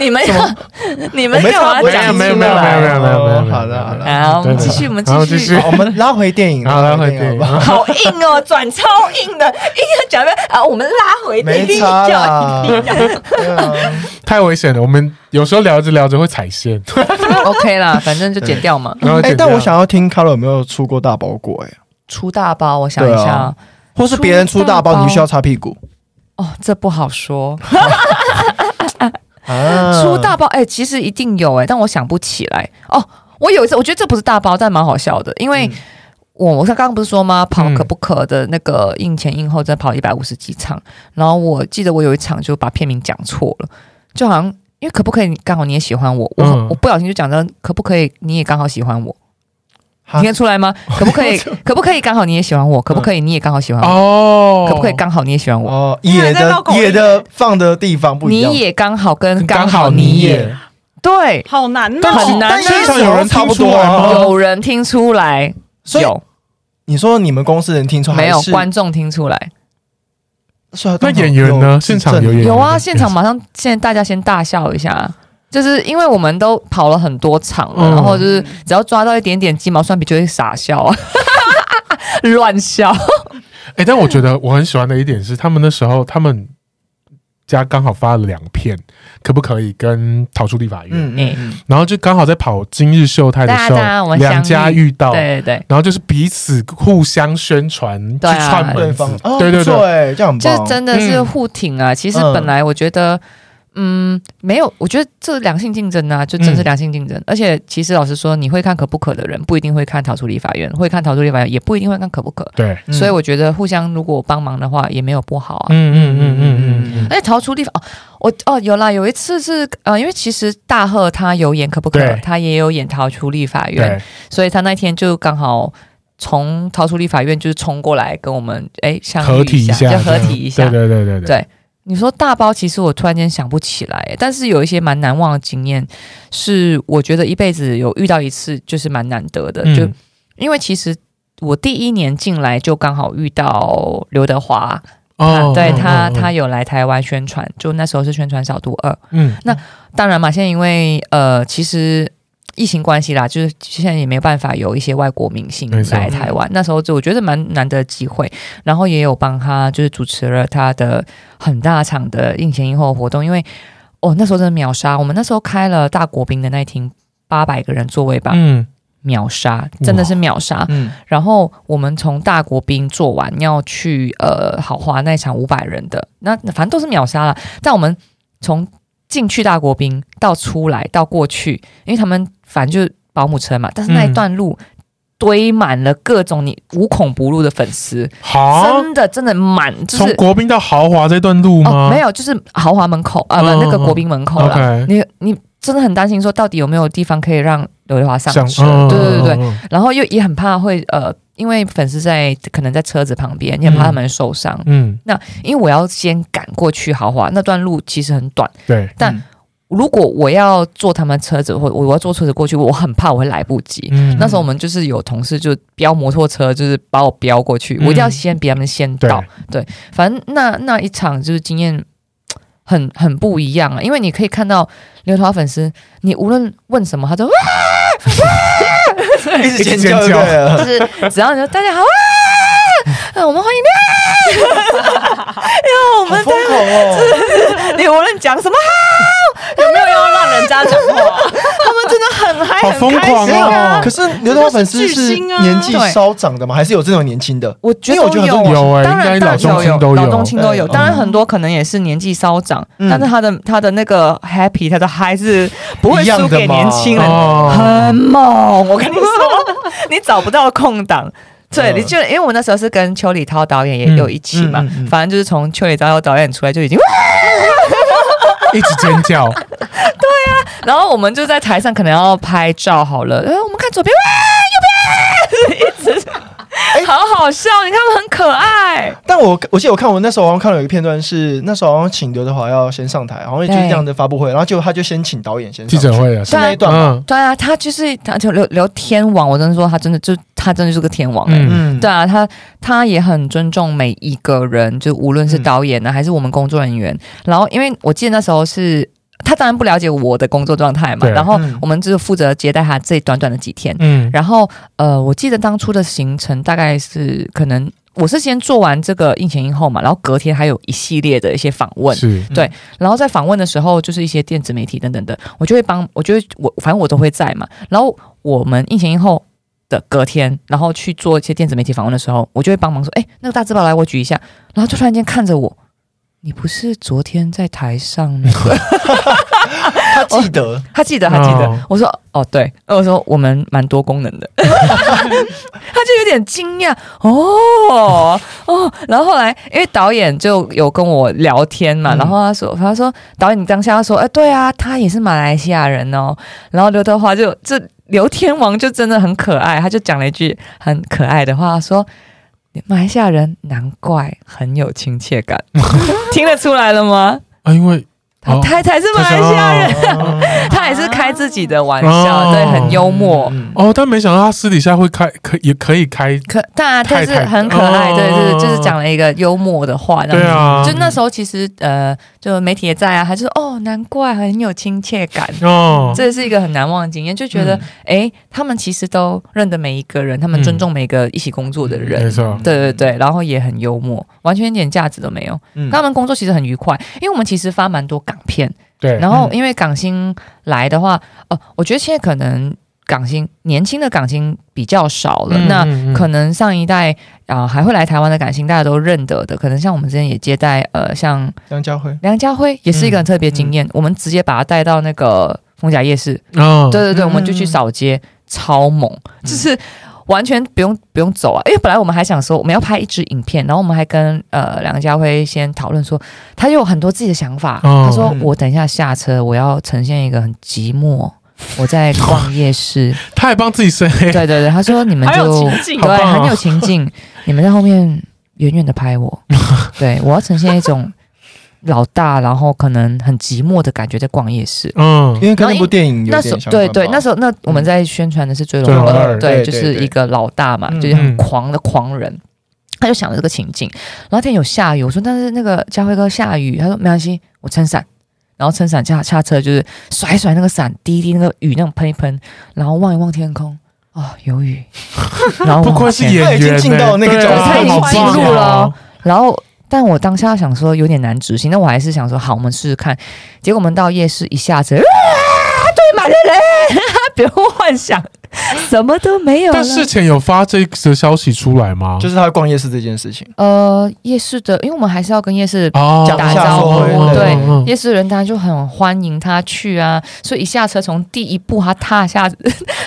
你们要， 你们
我没
干嘛
我
讲
讲
清楚
没有
了
没有没有
好
好
的
的
好
好
的
的，
好，我们
对
继
的
续，我们
好
继
继续
续。
好我们拉回电影，
好拉回
电
电影
好不好
好硬哦，转超硬的，硬要讲一遍啊！我们拉回
没
地
差
叫
啦， 对啊，
太危险了。我们有时候聊着聊着会踩线，
OK 啦，反正就剪掉嘛。
然后
哎
剪，掉
但我想要听 Carlo 有没有出过大包裹，哎，
出大包，我想一
对
下
啊
啊，
或是别人出大
出大
包，
包
你需要擦屁股
哦，这不好 说。
啊
出大包，哎，其实一定有哎，但我想不起来哦。我有一次，我觉得这不是大包，但蛮好笑的，因为
嗯
我我刚刚不是说吗？跑
嗯
可不可的那个应前应后，再跑一百五十几场。然后我记得我有一场就把片名讲错了，就好像因为可不可以刚好你也喜欢我，我、
嗯
我不小心就讲到可不可以你也刚好喜欢我，
哈
听得出来吗？可不 可以可不可以刚好你也喜欢我？可不可以你也刚好喜欢我？
哦，
可不可以刚好你也喜欢我？
哦，
因为
野
在
的
绕口令
野的放的地方不一
你
样，
也刚好跟
刚
刚
好
好
你
你也
也
对，
好难哦、
但很难
但
现
场有人
差不
听出
多
来吗
啊。
有人听出来，
所以
有
你说你们公司人听出
没有
还是
观众听出来？
是啊
那演员呢？现场有演员
有啊，现场马上现在大家先大笑一下。就是因为我们都跑了很多场了，
嗯
然后就是只要抓到一点点鸡毛蒜皮就会傻笑 啊，乱笑。
哎、但我觉得我很喜欢的一点是，他们那时候他们家刚好发了两片，可不可以跟逃出立法院？
嗯嗯嗯，
然后就刚好在跑今日秀泰的时
大家我
候，
们相遇
两家遇到，
对对对，
然后就是彼此互相宣传，
对啊啊
去串
对
门
方
子，对对
对，啊哦
对，
哎这样很
就
棒，
是真的是互挺啊。其实
嗯
本来我觉得，嗯，没有，我觉得这良性竞争啊，就真是良性竞争。而且其实老实说，你会看可不可的人，不一定会看逃出立法院；会看逃出立法院，也不一定会看可不可。
对，
嗯
所以我觉得互相如果帮忙的话，也没有不好啊。
嗯嗯嗯嗯嗯嗯，
而且逃出立法哦，我哦有啦，有一次是呃，因为其实大贺他有演可不可
对，
他也有演逃出立法院，
对，
所以他那天就刚好从逃出立法院就是冲过来跟我们哎相
合
遇
体
一下，就合
这样
体一下。
对对对对
对你说大包，其实我突然间想不起来，但是有一些蛮难忘的经验，是我觉得一辈子有遇到一次，就是蛮难得的。
嗯
就因为其实我第一年进来就刚好遇到刘德华，
哦，
对
嗯
他、
嗯
他有来台湾宣传，就那时候是宣传《小毒二》，
嗯
当然嘛，现在因为呃，其实疫情关系啦，就是现在也没办法有一些外国明星
没错
来台湾。那时候就我觉得蛮难得的机会，然后也有帮他就是主持了他的很大场的映前映后活动，因为哦那时候真的秒杀，我们那时候开了大国宾的那一厅。八百个人座位吧，
嗯
秒杀，真的是秒杀。
嗯，
然后我们从大国宾做完，要去呃好华那一场五百人的，那反正都是秒杀了。但我们从进去大国宾到出来到过去，因为他们反正就是保姆车嘛，但是那一段路。堆满了各种你无孔不入的粉丝，哦
好，
真的真的满，就
从
是
国宾到豪华这段路
哦
吗？
没有，就是豪华门口啊，不、
嗯
那个国宾门口了。
，OK，
你你真的很担心说，到底有没有地方可以让刘德华上
想
车？对对对对，然后又也很怕会呃，因为粉丝在可能在车子旁边，你很怕他们受伤。
嗯，
因为我要先赶过去豪华，那段路其实很短。
嗯对，
但如果我要坐他们车子，或我我要坐车子过去，我很怕我会来不及。
嗯
那时候我们就是有同事就飙摩托车，就是把我飙过去，我一定要先比他们先
嗯对
到。反正那那一场就是经验很很不一样啊，因为你可以看到刘德华粉丝，你无论问什么，他都
嗯一直尖
尖
叫就
叫
对了，
就是只要你说大家好啊，啊我们欢迎
好疯狂 哦！
你，你无论讲什么，
有没有要让人家讲话？
他们真的很嗨，
好
很
疯
开
狂
心啊！
哦！
可是刘德华粉丝
他是
是
巨星啊
年纪
对
稍长的吗？还是有这种年轻的？
我觉
因
得
为我觉得
都
很多
有哎，
当
应该
然大
老
小
中
有
青都
老中青都有，
嗯
当然很多可能也是年纪稍长，
嗯
但是他的他的那个 happy，他的嗨是不会输给年轻
一样
人，
哦，
很猛。我跟你说，你找不到空 档。对，
嗯
你就因为我那时候是跟邱礼涛导演也有一起嘛
嗯嗯嗯，嗯
反正就是从邱礼涛导演出来就已经，
一直尖 叫，
然后我们就在台上可能要拍照好了，呃，我们看左边， 哇，右边，一直。好好笑，你看他们很可爱，
但我我记得我看我那时候好像看到有一个片段是那时候好像请刘德华要先上台，好像就
对
这样的发布会，然后结果他就先请导演先
记
上
者
去
会啊，
是那一段吗？
嗯
对啊，他就是他就刘刘天王，我真的说他真的就他真的就是个天王哎、
嗯
嗯，
对啊，他他也很尊重每一个人，就无论是导演啊呢、还是我们工作人员。然后，因为我记得那时候是他当然不了解我的工作状态嘛，
对
然后
嗯
我们只有负责接待他这短短的几天。
嗯，
然后，呃，我记得当初的行程大概是可能我是先做完这个应前应后嘛，然后隔天还有一系列的一些访问，
是
然后在访问的时候，就是一些电子媒体等等的，我就会帮，我就会我反正我都会在嘛。然后我们应前应后的隔天，然后去做一些电子媒体访问的时候，我就会帮忙说：“哎，那个大字报来，我举一下。”然后就突然间看着我，你不是昨天在台上那个？
他记得，
他记得，他记得。
哦
我说：“哦，对。”我说：“我们蛮多功能的。” 他就有点惊讶，哦哦。然后后来，因为导演就有跟我聊天嘛，
嗯
然后他说：“他说导演，你当下说，哎、对啊，他也是马来西亚人哦。”然后刘德华就这刘天王就真的很可爱，他就讲了一句很可爱的话，说。马来西亚人难怪很有亲切 感，听得出来了吗？
啊，因为
他
哦
太太是马来西亚人，
嗯
他也是开自己的玩
哦
笑，对，很幽默。
嗯
哦，但没想到他私底下会开，可也可以开，
可当然，但
太
是
太
很可爱，
哦
对对，就是讲了一个幽默的话，这样
对
子。
啊，
就那时候，其实呃，就媒体也在啊，他就说哦，难怪很有亲切感，
哦，嗯
这是一个很难忘的经验。就觉
嗯
得诶，他们其实都认得每一个人，他们尊重每个一起工作的人
没，错，
对对对，然后也很幽默，完全一点架子都没有。
嗯
他们工作其实很愉快，因为我们其实发蛮多港片，
对，
然后
嗯
因为港星来的话，哦、我觉得现在可能港星年轻的港星比较少了，
嗯
那
嗯嗯
可能上一代啊、还会来台湾的港星大家都认得的，可能像我们之前也接待呃像
梁家辉，
梁家辉也是一个很特别经
嗯
验，我们直接把他带到那个逢甲夜市，
哦，
对对对，
嗯
我们就去，扫街，超猛，就是完全不用不用走啊，因为本来我们还想说我们要拍一支影片，然后我们还跟呃梁家辉先讨论说，他有很多自己的想法，
哦
他说
嗯
我等一下下车，我要呈现一个很 寂寞。我在逛夜市，
他还帮自己伸黑，
对对对，他说你们
还有
就
情境啊
好棒
对，
哦
很有情境。你们在后面远远的 拍我，对我要呈现一种老大，然后可能很寂寞的感觉，在逛夜市。
嗯
因为跟那部电影有
那时候
点相
对
关
对，
吧嗯
那时候那我们在宣传的是《追龙
追龙
二
二》，
对
就是一个老大嘛，
对对
就是很狂的狂人。他就想着这个情境，然后天有下雨，我说但是那个家辉哥下雨，他说没关系，我撑伞，然后撑伞下下车就是甩一甩那个伞，滴一滴那个雨那种喷一喷，然后望一望天空，哦 有雨，然后
不
往
愧是
前
演员呢，
他已经进到那个
对啊
角色
哦他已经
好棒哦
进入了哦然后，但我当下想说有点难执行，那我还是想说好，我们试试看。结果我们到夜市一下子，啊，对满了人， 不用幻想，什么都没有了。
但事前有发这个消息出来吗？
哦就是他逛夜市这件事情，
呃，夜市的，因为我们还是要跟夜市。
哦
讲
打一下
说
招
哦
呼，
嗯
对，夜市人当然就很欢迎他去啊，所以一下车从第一步他踏下，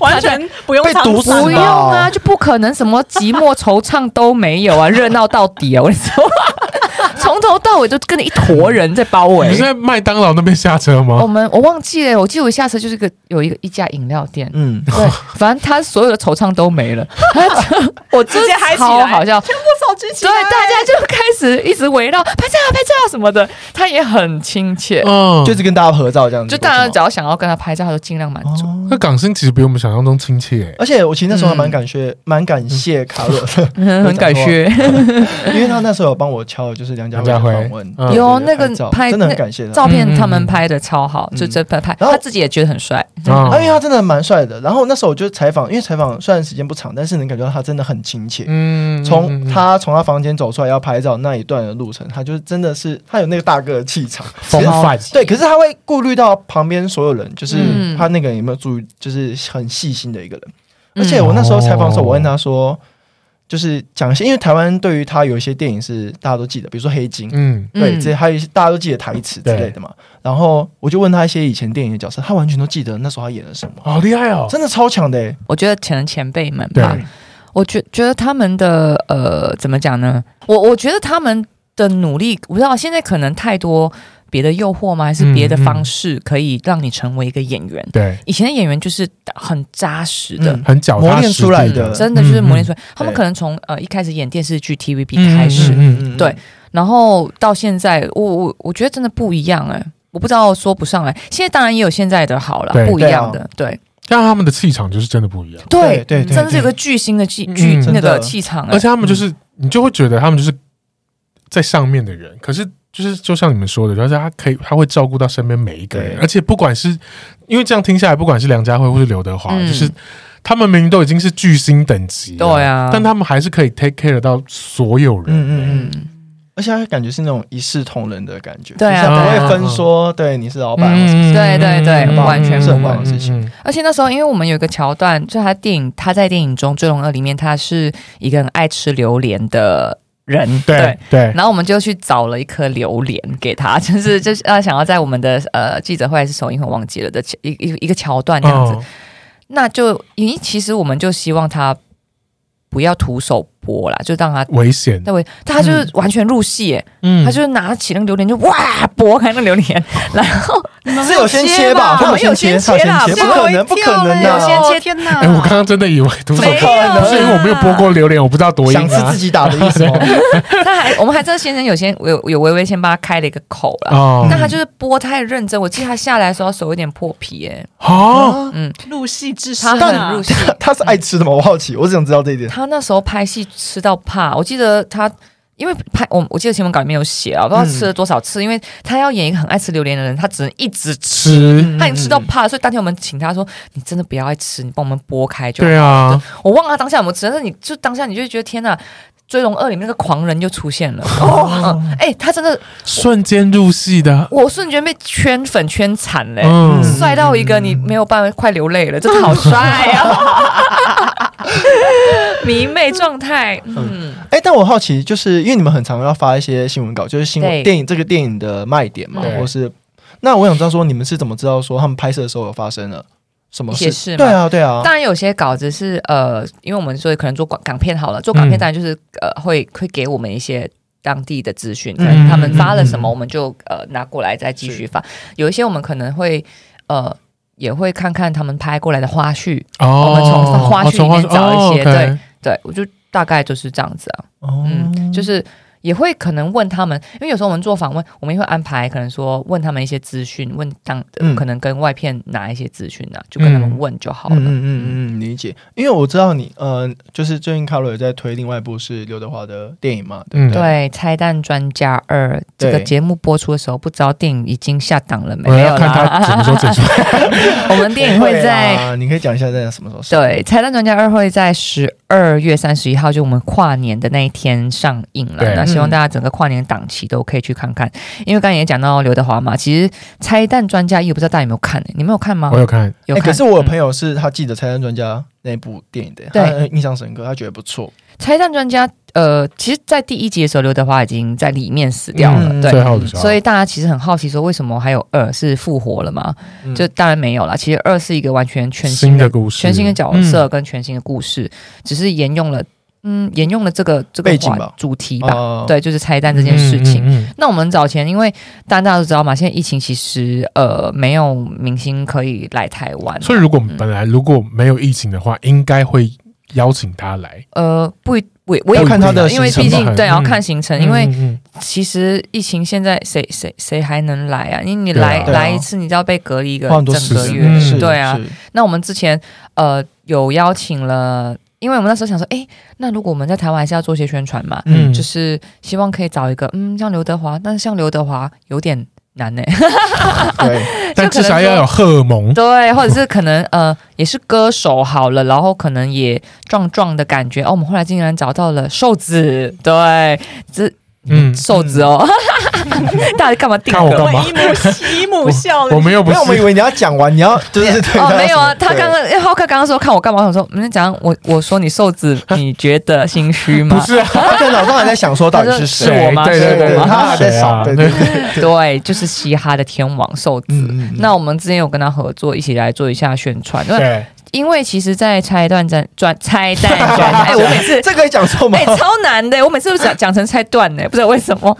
完全不用
被
尝
毒
试
死
不用
吧
啊，就不可能什么寂寞惆怅都没有啊，热闹到底啊，我跟你说，从头到尾就跟着一坨人在包围。
你是在麦当劳那边下车
哦
吗？
我们我忘记了，我记得我一下车就是一个有一个一家饮料店，
嗯，
对，反正他所有的惆怅都没了，我真
直接
的
嗨起
超
来
好笑，
全部手举起
对，
来，
大家就开始一直围绕拍照拍照什么的，他也很亲切，
哦
嗯，
就是跟大家合照这样子，
就大家只要想要跟他拍照，他都尽量满足。
哦
那港星其实比我们想象中亲切欸，
而且我其实那时候还
嗯
蛮感谢，蛮感谢卡洛 的，
很感谢，
因为他那时候有帮我敲，就是梁家
梁
辉的
家
访
辉
问，
嗯
有
对对
那个
拍照
拍
真的
那
很感谢他。
照片他们拍的超好，就这拍拍，
嗯然后
他自己也觉得很帅。
啊
啊因为他真的蛮帅的，然后那时候我就采访，因为采访虽然时间不长，但是能感觉到他真的很亲切。
嗯
从他从他房间走出来要拍照那一段的路程，他就是真的是他有那个大哥的气 场，
风范，
对，可是他会顾虑到旁边所有人，就是
嗯
他那个人有没有注意，就是很细心的一个人。而且
嗯
我那时候采访的时候，我问
哦
他说，就是讲一些，因为台湾对于他有一些电影是大家都记得，比如说《黑金》，
嗯，
嗯
对，这些还有一些大家都记得台词之类的嘛。然后我就问他一些以前电影的角色，他完全都记得那时候他演了什么，
好厉害哦，
真的超强的、欸。
嗯我觉得可能前辈们
对
吧，我觉觉得他们的呃，怎么讲呢？我我觉得他们的努力，我不知道现在可能太多别的诱惑吗？还是别的
嗯嗯
方式可以让你成为一个演员？
对，
以前的演员就是很扎实的。嗯
嗯
很脚踏
磨练
实
出来
地
的
真的就是磨练出来。他们
对
可能从呃一开始演电视剧 TVB
嗯
开始，
嗯
对然后到现在，我我我觉得真的不一样哎、我不知道说不上来。现在当然也有现在的好了
对，
不一样的，对
但他们的气场就是真的不一样，
对对对
真的是有个巨星的气巨
嗯
真的
那个气场哎、
而且他们
嗯
就是你就会觉得他们就是在上面的人，可是。就是就像你们说的，就是他可以，他会照顾到身边每一个人，
对
而且不管是因为这样听下来，不管是梁家辉或是刘德华，
嗯
就是他们明明都已经是巨星等级了，
对啊
但他们还是可以 take care 到所有人，
嗯嗯嗯，
嗯，
而且他感觉是那种一视同仁的感觉，
对啊
就是他
对啊
不会分说，对你是老板，我是
嗯
对对对
嗯
完全
嗯
不会
嗯嗯
而且那时候，因为我们有一个桥段，就他电影，他在电影中《追龙二》里面，他是一个很爱吃榴莲的人，
对对，
然后我们就去找了一颗榴莲给他，就是就是他想要在我们的呃记者会还是首映会忘记了的一一一个桥段这样子。
哦
那就咦，其实我们就希望他不要徒手剥啦，就让他。
危险，
但我但他就是完全入戏耶、
嗯
他就是拿起那个榴莲就哇剥开那个榴莲，然后
是有先切吧？
我
他
们有
有
先
先
切
切，
啦
他有先切，不可能，不可能啊的、
有先切
天哪！
啊
哎，我刚刚真的以为徒手
没有啦
不是因为我没有剥过榴莲，我不知道多硬
想吃
啊
自。己打的意思 吗？
他还我们还知道先生有先有有微微先帮他开了一个口 啦。
哦
但他就是剥太认真，我记得他下来的时候手有点破皮、耶，
哦，
嗯，
入戏至深
他
啊，
很入戏，
啊他是爱吃的吗？我好奇，我只想知道这一点。
他那时候拍戏吃到怕，我记得他。因为拍我我记得新闻稿里面有写啊，我不知道吃了多少次，因为他要演一个很爱吃榴莲的人，他只能一直吃，
吃，
他已经吃到怕了，所以当天我们请他说：“你真的不要爱吃，你帮我们剥开就好。
对啊，
我忘了他当下有没有吃，但是你就当下你就觉得天哪，追龙二》里面那个狂人就出现了。哦，嗯哎、他真的，
瞬间入戏的，
我瞬间被圈粉圈惨嘞、
嗯
帅到一个你没有办法，快流泪 了，真的好帅啊！迷妹状态，嗯，
哎、但我好奇，就是因为你们很常要发一些新闻稿，就是新
对
闻电影这个电影的卖点嘛，
对
或是那我想知道说，你们是怎么知道说他们拍摄的时候有发生了什么
一些事
事？
吗
对啊，对啊
当，然有些稿子是呃，因为我们说可能做港港片好了，做港片
嗯
当然就是、呃会会给我们一些。当地的资讯，可
嗯
能他们发了什
嗯
么，
嗯嗯
我们就呃拿过来再继续发。有一些我们可能会呃也会看看他们拍过来的花絮，
哦，
我们从花絮里面找一
哦，OK
些对对我就大概就是这样子啊。
哦
嗯，就是也会可能问他们，因为有时候我们做访问，我们也会安排可能说问他们一些资讯，问当、呃
嗯
可能跟外片拿一些资讯啊，就跟他们问就好了。
嗯嗯嗯嗯，理解。因为我知道你，呃，就是最近卡罗有在推另外一部是刘德华的电影嘛，对
嗯
不对？
对，《拆弹专家二》这
对
个节目播出的时候，不知道电影已经下档了没
我
有
要看
啦。
他什么时候整出来。
我们电影会在
啊，你可以讲一下在什么时候上？
对《拆弹专家二》会在十二月三十一号，就我们跨年的那一天上映了
对。
那希望
嗯
大家整个跨年档期都可以去看看，因为刚才也讲到刘德华嘛，其实《拆弹专家一》我不知道大家有没有看、欸，你们有看吗
我？有看，
有
哎、
看。
可是我有朋
嗯
友是他记得《拆弹专家》那部电影的，
对
他呃印象深刻，他觉得不错。
拆弹专家》呃，其实，在第一集的时候，刘德华已经在里面死掉了，
嗯
对。
最后的时候，
所以大家其实很好奇，说为什么还有二是复活了吗？
嗯
就当然没有啦，其实二是一个完全全新
新
的
的故事，
全新的角色跟全新的故事，只是沿用了嗯沿用了这个这个
背景
话
吧
主题吧，
哦，
对，就是拆
嗯
弹这件事情。
嗯嗯嗯
那我们早前因为大家大家都知道嘛，现在疫情其实呃没有明星可以来台湾，
所以如果本来如果没有疫情的话，应该会邀请他来。
呃不一我我也
要看他的
因为
行程
毕
吧
竟
嗯
对要看行程，因为
嗯嗯
其实疫情现在谁谁谁还能来啊？因为你
对啊
来、
对啊
来一次，你就要被隔离一个
花很多
整
时
个
间，
月。
嗯
是
对啊，
是
那我们之前呃有邀请了，因为我们那时候想说，诶，那如果我们在台湾还是要做一些宣传嘛，
嗯
就是希望可以找一个嗯像刘德华，但是像刘德华有点难呢、
对，
嗯但至少要有荷尔蒙，
对，或者是可能呃也是歌手好了，然后可能也壮壮的感觉哦。我们后来竟然找到了瘦子，对，这
嗯
嗯瘦子哦， 大家干嘛定
看我
格
干？嘛
一母一母笑
我们又不
没有，我们以
是
为你要讲完，你要就是 对
哦，没有啊，
对
他刚刚浩克刚刚说看我干嘛，我想说，嗯，讲我我说你瘦子，你觉得心虚吗
不？是啊？
他可能脑中还在想说到底
他说
是
是
谁，
我吗
对
是
对对，
我吗
他还在
谁啊
想，对对，对
对，就是嘻哈的天王瘦子。
嗯，
那我们之前有跟他合作，一起来做一下宣传，因为
对，
因为其实，在拆弹战转拆弹战，哎，我每次
这可以讲错吗
哎、？超难的，我每次都讲讲成拆断呢，不知道为什么。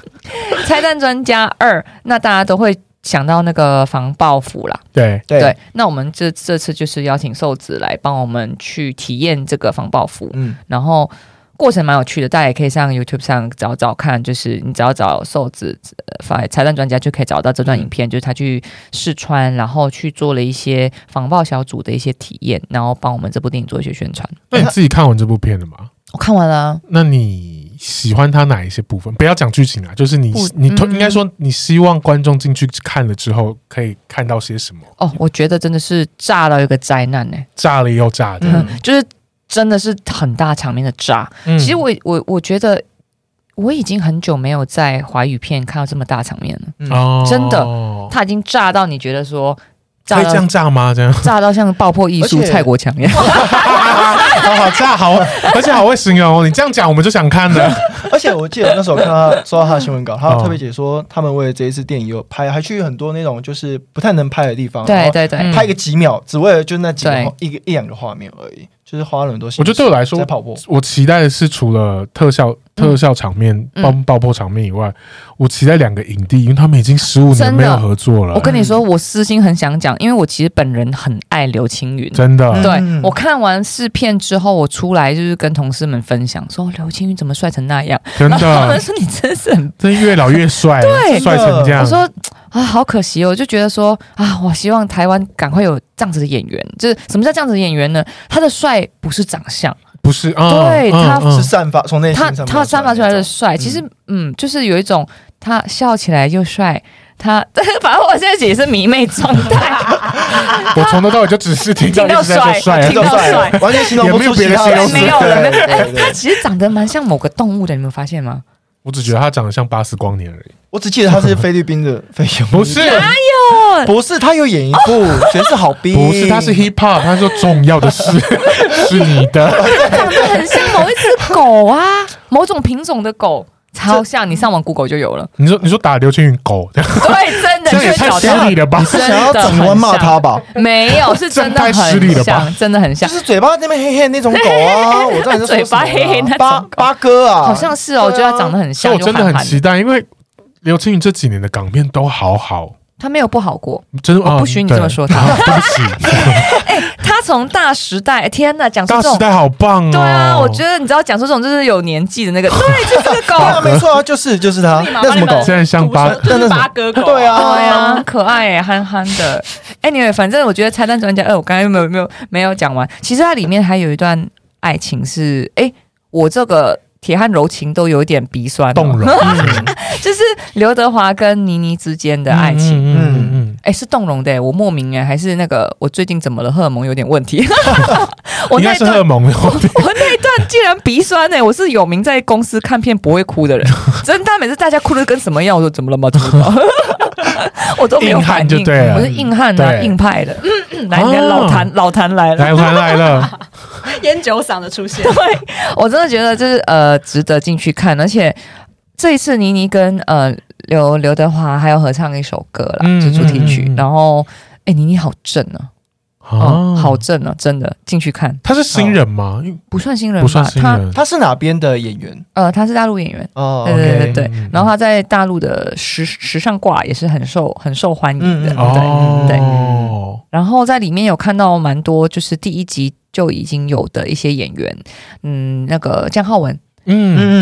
拆弹专家二，那大家都会想到那个防爆服啦，
对，
对，
那我们这这次就是邀请瘦子来帮我们去体验这个防爆服，
嗯，
然后过程蛮有趣的，大家也可以上 YouTube 上找找看，就是你只要找瘦子呃发财蛋专家就可以找到这段影片，就是他去试穿，然后去做了一些防爆小组的一些体验，然后帮我们这部电影做一些宣传。
那你自己看完这部片了吗？
我看完了啊，
那你喜欢它哪一些部分？不要讲剧情啊，就是你
不
你推
嗯
应该说你希望观众进去看了之后可以看到些什么？
哦，我觉得真的是炸到一个灾难呢、
炸了又炸的，
嗯
嗯，就是真的是很大场面的炸。
嗯
其实我我我觉得。我已经很久没有在华语片看到这么大场面了，
嗯
哦
真的它已经炸到你觉得说
可
炸
以这
到
样炸吗？这样
炸到像爆破艺术
而且
蔡国强一样。
好好炸好，而且好会形容哦！你这样讲我们就想看了。
而且我记得我那时候看他收到他的新闻稿，他
哦
有特别解说他们为了这一次电影有拍，还去很多那种就是不太能拍的地方，
对，对对，
嗯
拍个几秒，只为了就那几个
对
画一个一两个画面而已，就是花了很多心思。
我觉得对我来说
在，跑步，
我期待的是除了特效、特效场面、
嗯
爆爆破场面以外，我期待两个影帝，因为他们已经十五年
真的
没有合作了
我。跟你说，我私心很想讲，因为我其实本人很爱刘青云。
真的，
对
嗯
我看完试片之后，我出来就是跟同事们分享说刘青云怎么帅成那样，
真
然后他们
的，
说你真是很
真越老越帅，
对
帅成这样
我。说啊，好可惜哦，我就觉得说啊，我希望台湾赶快有这样子的演员。就是什么叫这样子的演员呢？他的帅不是长相，
不是，嗯
对
嗯
他
嗯
是散发从内心
他
散
他散发出来的帅，
嗯
其实嗯，就是有一种他笑起来又帅，他 反正我现在也是迷妹状态，
啊我从头到尾就只是听到
听
一
到
直在说
帅
帅
这
听
种
到帅
帅，完全形容不出其他
也没有别的
没有了，没有了。
对
哎
对
他
对，
其实长得蛮像某个动物的，你们发现吗？
我只觉得他长得像巴斯光年而已，
我只记得他是菲律宾的菲佣，
不是，
不是，他有演一 部《全是好兵》，
不是，他是 hip hop，他说重要 的事是你的，
他长得很像某一只狗啊，某种品种的狗，超像。你上网 Google 就有了。
你说你说打刘青云狗，这样
对，真的
这
就
也
是
太
找
失
到
礼了吧
你？是想要转弯骂他吧？
没有，是真的
这太失礼
很
了吧
像，真的很
就
像，
是嘴巴那边黑黑的那种狗啊，我知道你在说什么啊
嘴巴黑黑那种
八
狗
八哥啊，
好像是哦。我觉得他长得很
所
像，
以我
就
真的
憨
很
憨
期待，因为刘青云这几年的港片都好好，
他没有不好过。
真的
我
啊
不许你
对
这么说他
啊 对不起，
他从大时代，天哪，讲出
大
这
时
种。
代好棒哦！
对啊，我觉得你知道讲出这种就是有年纪的 那个，对，就是这个狗
对，啊，没错啊，就是就是 他，
立马
那什么
帮
狗
你
现？在像八
那那什么
八哥狗，
对啊
对啊，很可爱哎，憨憨的。Anyway，反哎正我觉得《拆弹专家二》，哎我刚才没有没有没有讲完。其实它里面还有一段爱情是，哎，我这个铁汉柔情都有一点鼻酸、哦，
动容，
就是刘德华跟倪妮之间的爱情。
嗯嗯嗯嗯，
哎，是动容的哎，我莫名哎，还是那个我最近怎么了？荷尔蒙有点问 题。我
应
那
该
一
是荷
段
尔蒙的问题
我那一段竟然鼻酸哎、我是有名在公司看片不会 哭的人，真的，每次大家哭的跟什么样，我说怎么了吗？怎么了吗？ 我都没有
硬
反
汉
应
就，对了
我是硬汉啊，
对
硬派的。嗯嗯来，你的
哦
老谭、老谭来了。
来我来了，
烟酒嗓的出现，
我真的觉得就是呃，值得进去看，而且这一次倪妮跟呃刘刘德华还有合唱一首歌啦，
嗯
就主题曲。
嗯嗯嗯
然后哎，倪妮好正啊，哦，好，正啊，真的进去看，
他是新人吗？因为
不算新人吧？
不算新
哦他
人，
他是哪边的演员？
呃，他是大陆演员。
哦，
对对
OK
对对
嗯嗯
对，然后他在大陆的时时尚挂也是很受很受欢迎的，
嗯嗯
对。
哦，
对
哦，
然后在里面有看到蛮多，就是第一集就已经有的一些演员，嗯，那个江浩文
嗯，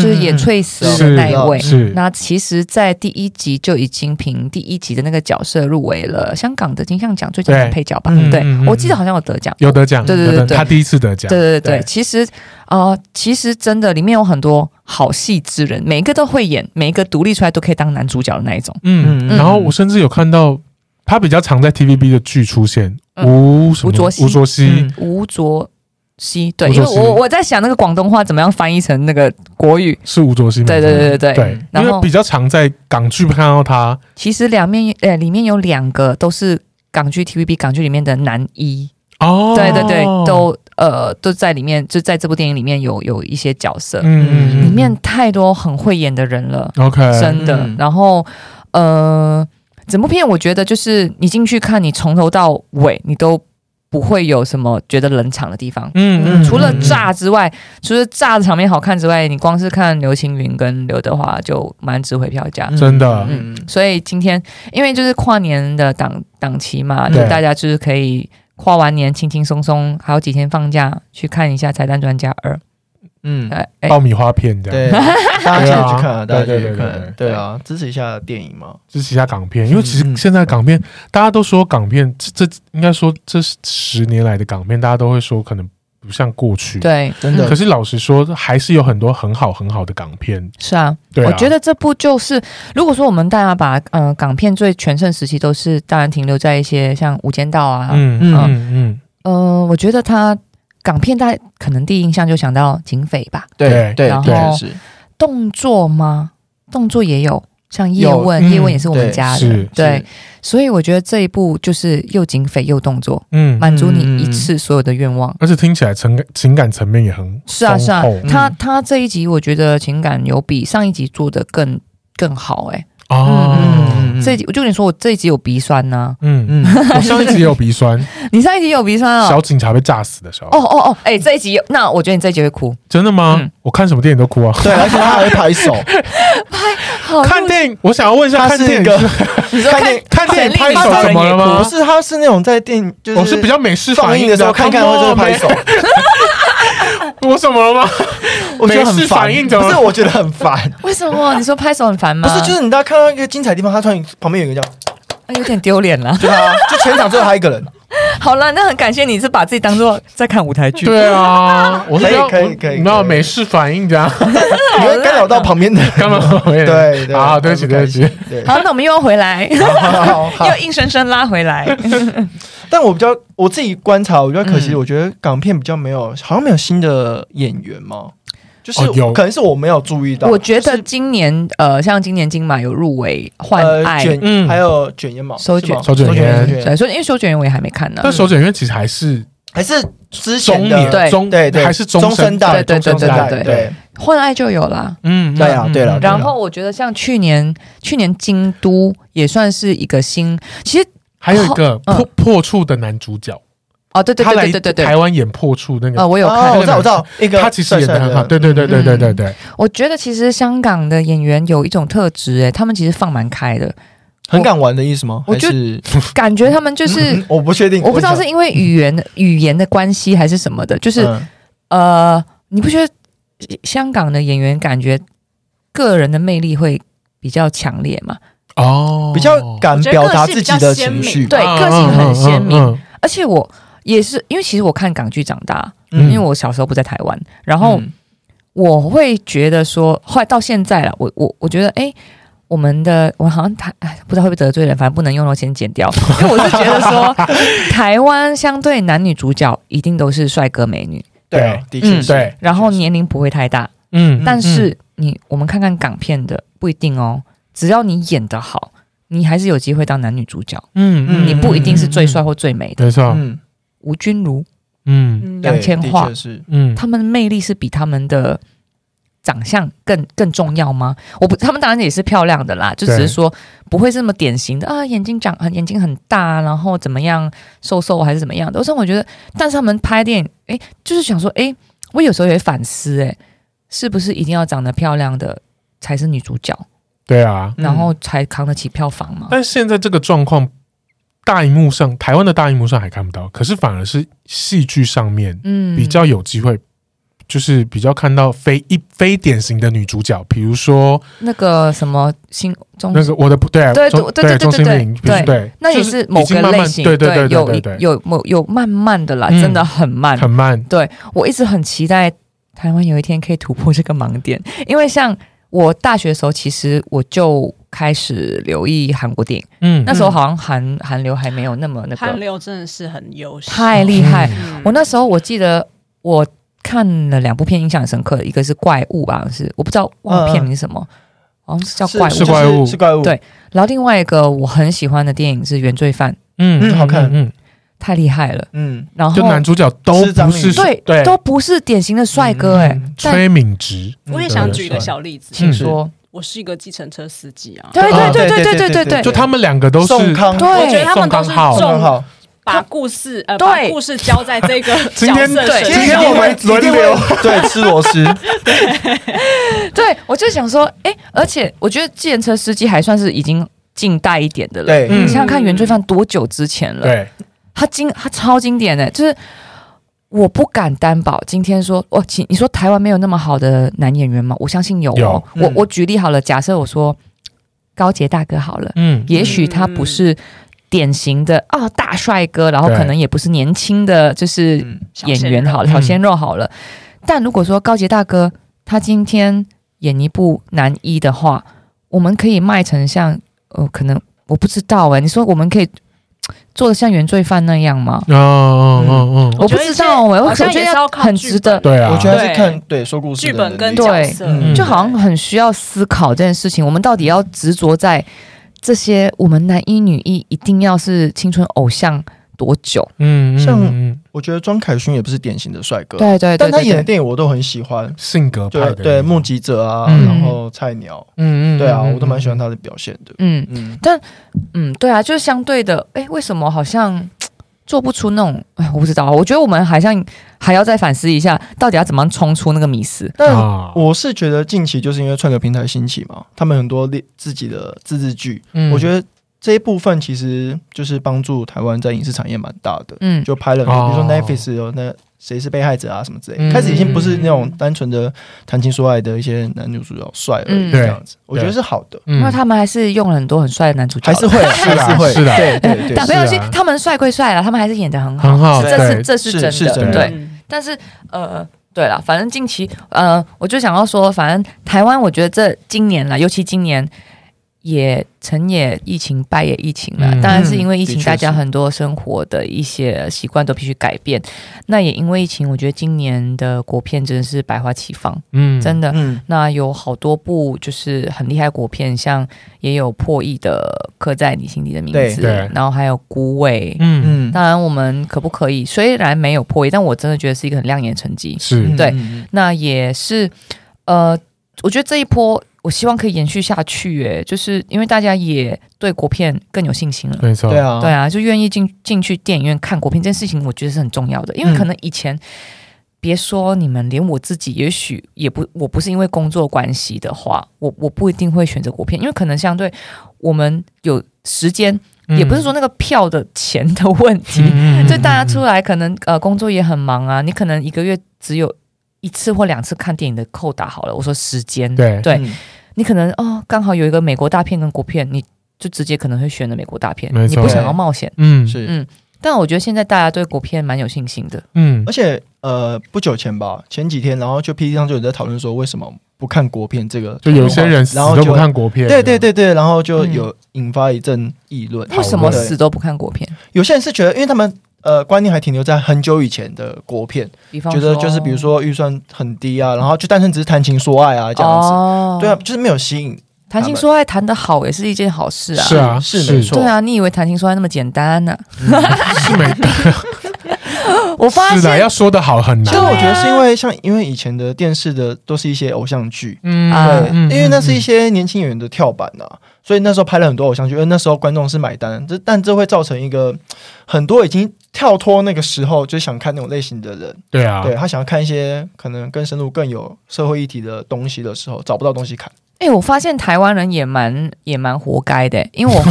嗯，
就是演翠丝的
是
那一位。
是
那其实，在第一集就已经凭第一集的那个角色入围了香港的金像奖最佳男
对
配角吧？
嗯
对
嗯嗯，
我记得好像有得奖。
有得奖，
对对对
有得
对
他第一次得奖，
对对对
对
对，其实呃，其实真的里面有很多好戏之人，每一个都会演，每一个独立出来都可以当男主角的那一种。
嗯，
嗯
然后我甚至有看到他比较常在 TVB 的剧出现，
嗯
吴什么
吴卓羲
吴卓羲
嗯，
吴卓羲，对，
吴
因
卓
为
羲
我我在想那个广东话怎么样翻译成那个国语。
是吴卓羲吗，
对对对对对。
嗯对，因
然
为
后
比较常在港剧看到他，
其实两面呃里面有两个都是港剧 TVB 港剧里面的男一，
哦，
对对对，都呃都在里面，就在这部电影里面有有一些角色，
嗯，嗯
里面太多很会演的人了，
OK，
真的。
嗯
然后呃，整部片我觉得就是你进去看，你从头到尾你都不会有什么觉得冷场的地方。
嗯
除了炸之外，除了炸的场面好看之外，你光是看刘青云跟刘德华就蛮值回票价。
真的
嗯，
所以今天因为就是跨年的档档期嘛，就
对
大家就是可以跨完年轻轻松松，还有几天放假去看一下《拆弹专家二》。
嗯，
哎哎，
爆米花片这
对，
样，
大家记得去看啊，
啊对
大家
啊
记得去
对对对对
看，对啊，支持一下电影嘛，
支持一下港片，因为其实
嗯嗯
现在港片大家都说港片，这这应该说这十年来的港片，大家都会说可能不像过去，
对，
真的
可是老实说，还是有很多很好很好的港片，
是啊，
对啊
我觉得这部就是，如果说我们大家把呃港片最全盛时期都是当然停留在一些像《无间道》啊，
嗯嗯嗯嗯，
呃，我觉得它港片大家可能第一印象就想到警匪吧，
对
对
对
然后
对，是
动作吗？动作也有，像叶
有
问，
嗯
叶问也是我们
对
家的，
是
对，所以我觉得这一部就是又警匪又动作，
嗯，
满足你一次所有的愿望。
而且听起来情感情感层面也很
是啊，是啊
丰厚，
他
嗯
他这一集我觉得情感有比上一集做的更更好、欸，
哦，
这一集我就跟你说，我这一集有鼻酸呐、
嗯，
嗯，
我上一集也有鼻酸，
你上一集有鼻酸啊、
小警察被炸死的时候
哦，哦哦，哎、这一集有那我觉得你这一集会哭，
真的吗
嗯？
我看什么电影都哭啊。
对，而且他还会拍 手，
好
看电影，我想要问一下，
他
看
是
电
一
影
个
是
你 说
看
看
电
看电影拍手怎么了
不
吗？
是，他是那种在电影就是
我是比较美式
放
反
映
应
的时候 看看会就
就
会拍手，
我怎么了吗？
我觉得
美
很
式
烦
反应，怎么
不是我觉得很烦，
为什么？你说拍手很烦吗？
不是就是你大家看到一个精彩的地方，他突然旁边有一个这样，
哎有点丢脸啦。
对啊， 就全场只有他一 个人，
好了，那很感谢你是把自己当做在看舞台 剧，
对啊，我是
可以
要
可以可以
你们要
可以
美式反应的啊，
你会干扰到旁边的人。
干嘛？
对对，
啊，对不起，对不起，
对，
好，那我们又要回来，
好好好
又硬生生拉回来。
但我比较我自己观察，我比较可惜，我觉得港片比较没有，好像没有新的演员嘛，就是
哦有
可能是我没有注意到，
我觉得今年呃，像今年金马有入围《换
呃
爱》
卷
嗯
还有卷烟毛，
手
是吗
手卷烟
手
对，所以因为修卷员我也还没看呢。
但手卷因为其实还是
还是之
中
前的
年，
对
中
对对
还是
中
生
生代，
对对对
中生代
对
对
对
对
换爱就有啦。
嗯，
对啊
嗯
对了对了
嗯
然后我觉得像去年，去年京都也算是一个新，其实
还有一个
嗯
破破处的男主角，
哦，对对
他
对
来
对对对对
台，湾演破处那
呃，
个，
我有
哦
看
我知。道我知道，一个
他其实演的
帅帅嗯
很好，对对对对对对对，
我觉得其实香港的演员有一种特质，哎，他们其实放蛮开的，
嗯很敢玩的意思吗？
我
还
就是感觉他们就是
嗯我不确定，
我不知道是因为语言语言的关系还是什么的，就是
嗯
呃，你不觉得香港的演员感觉个人的魅力会比较强烈吗？
哦，
比较敢表达自己的情绪，
对
嗯
个性很鲜明，
嗯嗯嗯
而且我也是因为其实我看港剧长大，
嗯
因为我小时候不在台湾，然后
嗯
我会觉得说，后来到现在了，我我我觉得哎。我们的我好像台哎，不知道会不会得罪人，反正不能用了，先剪掉。因为我是觉 得说，台湾相对男女主角一定都是帅哥美女，
对啊，的确
嗯
是
对，
然后年龄不会太大，
嗯
但是你我们看看港片的不一定哦，只要你演得好，你还是有机会当男女主角，
嗯
嗯
你不一定是最帅，或最美的。
没错，
嗯，
吴君如
嗯
嗯
对
杨千
的
嬅
确是，
嗯，
他们的魅力是比他们的长相更更重要吗？我不，他们当然也是漂亮的啦，就只
对
是说不会这么典型的啊，眼睛长很眼睛很大，然后怎么样瘦瘦还是怎么样的。但我觉得，但是他们拍电影，诶，就是想说，诶，我有时候也反思，诶，是不是一定要长得漂亮的才是女主角，
对啊。
嗯
然后才扛得起票房嘛？
但现在这个状况，大荧幕上台湾的大荧幕上还看不到，可是反而是戏剧上面
嗯，
比较有机会，就是比较看到非一非典型的女主角，比如说
那个什么新中
那个我的不对
哦
啊
对
中
对对对
钟欣
对
凌，比如
对
对，
那也
就是已
某
经
个
慢慢
类型，
对对
有
对
一
对，
有某有慢慢的啦，
嗯
真的很慢。
很慢，
我一直很期待台湾有一天可以突破这个盲点，因为像我大学的时候，其实我就开始留意韩国电影，
嗯，
那时候好像韩韩流还没有那么那
韩
个
流真的是很优秀，
太厉害。
嗯
我那时候我记得我看了两部片，印象很深刻，一个是《怪物》吧，好像是我不知道忘了片名是什么，好像是叫《怪物
是》
嗯是怪物
是怪物，
对然后另外一个我很喜欢的电影是《原罪犯》，
嗯
嗯好看
嗯，
太厉害了。
嗯，
然后
就男主角都
是张
不
敏
是
对
对
都不是典型的帅哥哎、
嗯
但
崔敏植，
我也想举一个小例子，
请说，
我是一个计程车司机啊，
对
嗯
对
对对
对对
对对
对对
就他们两个都是
宋康，
对
我觉得他们都是
宋康昊
宋康
重
昊，
把故事呃
对
把故事交在这 个
今
角
天
色
对
身
今天
上
我们轮流 对吃螺丝，
对，我就想说，哎、而且我觉得计程车司机还算是已经近代一点的了。
对，
嗯
你想想看，原罪犯多久之前了？
对，
他经他超经典的、就是我不敢担保，今天说哦，请你说台湾没有那么好的男演员吗？我相信有哦。
有
我
嗯
我举例好了，假设我说高杰大哥好了，
嗯
也许他不是典型的哦大帅哥，然后
对
可能也不是年轻的，就是
嗯
小
演
鲜
员
肉
好了，
嗯
小鲜肉好了。但如果说高杰大哥他今天演一部男一的话，我们可以卖成像呃，可能我不知道哎、你说我们可以嘖做的像原罪犯那样吗？
哦哦哦哦，
我不知道哎、
我
我
觉
觉
得一切好像也
得
是要靠
很
剧
值得
本，
对啊，
嗯我觉得还是
对
看对说故事
剧
的
本
能
跟
力
角
对
色，
嗯
就好像很需要思考这件事情。我们到底要执着在这些我们男一女一一定要是青春偶像多久？
嗯，嗯
像
嗯
我觉得庄凯勋也不是典型的帅哥，
对对对
但他
对
演的
对，
电影我都很喜欢，
性格派
对
的
对，
那种
目，击者啊，
嗯
然后菜鸟，
嗯嗯，
对啊，
嗯
我都蛮喜欢，他的表现的。
嗯。
嗯，
嗯，对啊，就是相对的，哎，为什么好像做不出那种？哎，我不知道，我觉得我们好像还要再反思一下，到底要怎么样冲出那个迷思。
嗯
但
啊，
我是觉得近期就是因为串流平台兴起嘛，他们很多列自己的自制剧，我觉
得
得这一部分其实就是帮助台湾在影视产业蛮大的，
嗯，
就拍了，比如
哦
说 Netflix 有那谁是被害者啊什么之类的。
嗯
开始已经不是那种单纯的谈情说爱的一些男女主角帅而已
嗯
这样子，我觉得是好的，
嗯
因为他们还是用了很多很帅的男主角
还
的，
是会啊
是
还
啦
会
是啦
对 对
但
对
是
没有去
啊，
他们帅归帅了，他们还是演的很好，
很好，
这
对
是，这是
是
真的，
是真的
对。
嗯
但是呃，对了，反正近期呃，我就想要说，反正台湾，我觉得这今年啦，尤其今年也成也疫情，败也疫情了。
嗯
当然是因为疫情
的，确
大家
是
很多生活的一些习惯都必须改变。那也因为疫情，我觉得今年的国片真的是百花齐放，
嗯
真的。
嗯，
那有好多部就是很厉害的国片，像也有破亿的《刻在你心底的名
对
字
对》，
然后还有《孤味》，
嗯，
嗯，
当然，我们可不可以？虽然没有破亿，但我真的觉得是一个很亮眼的成绩。
是
嗯
对，
嗯
那也是，呃，我觉得这一波，我希望可以延续下去。诶，就是因为大家也对国片更有信心了。
没错，
对，啊，
对啊，就愿意进进去电影院看国片这件事情，我觉得是很重要的。因为
嗯
可能以前，别说你们，连我自己，也许也不，我不是因为工作关系的话，我我不一定会选择国片，因为可能相对我们有时间，也不是说那个票的钱的问题，
嗯，
就大家出来可能呃工作也很忙啊，你可能一个月只有一次或两次看电影的扣打好了。我说时间，
对
对
嗯
你可能哦刚好有一个美国大片跟国片，你就直接可能会选了美国大片
没，错
你不想要冒险。
嗯
是。
但我觉得现在大家对国片蛮有信心的，
嗯
而且呃，不久前吧，前几天，然后就 P D 上就有人在讨论说，为什么不看国片这个？
就有些人死
然后
都
就
不看国片，
对对，对对，然后就
嗯
有引发一阵议论。
为什么
对
死都不看国片？
有些人是觉得，因为他们呃观念还停留在很久以前的国片，
比方
觉得就是比如说预算很低啊，然后就单纯只是谈情说爱啊这样子。
哦
对啊，，就是没有吸引。
谈情说爱谈得好也是一件好事啊。
是啊，
是
是
没错
对啊，你以为谈情说爱那么简单呢、
是 没
我发
是的，
现
要说的好很难
其实，我觉得是因为像因为以前的电视的都是一些偶像剧，
嗯
啊
对，因为那是一些年轻演员的跳板呐、啊，所以那时候拍了很多偶像剧，因为呃那时候观众是买单，这但这会造成一个很多已经跳脱那个时候就想看那种类型的人，
对啊，
对他想要看一些可能更深入、更有社会议题的东西的时候，找不到东西看。
哎、我发现台湾人也蛮也蛮活该的，因为我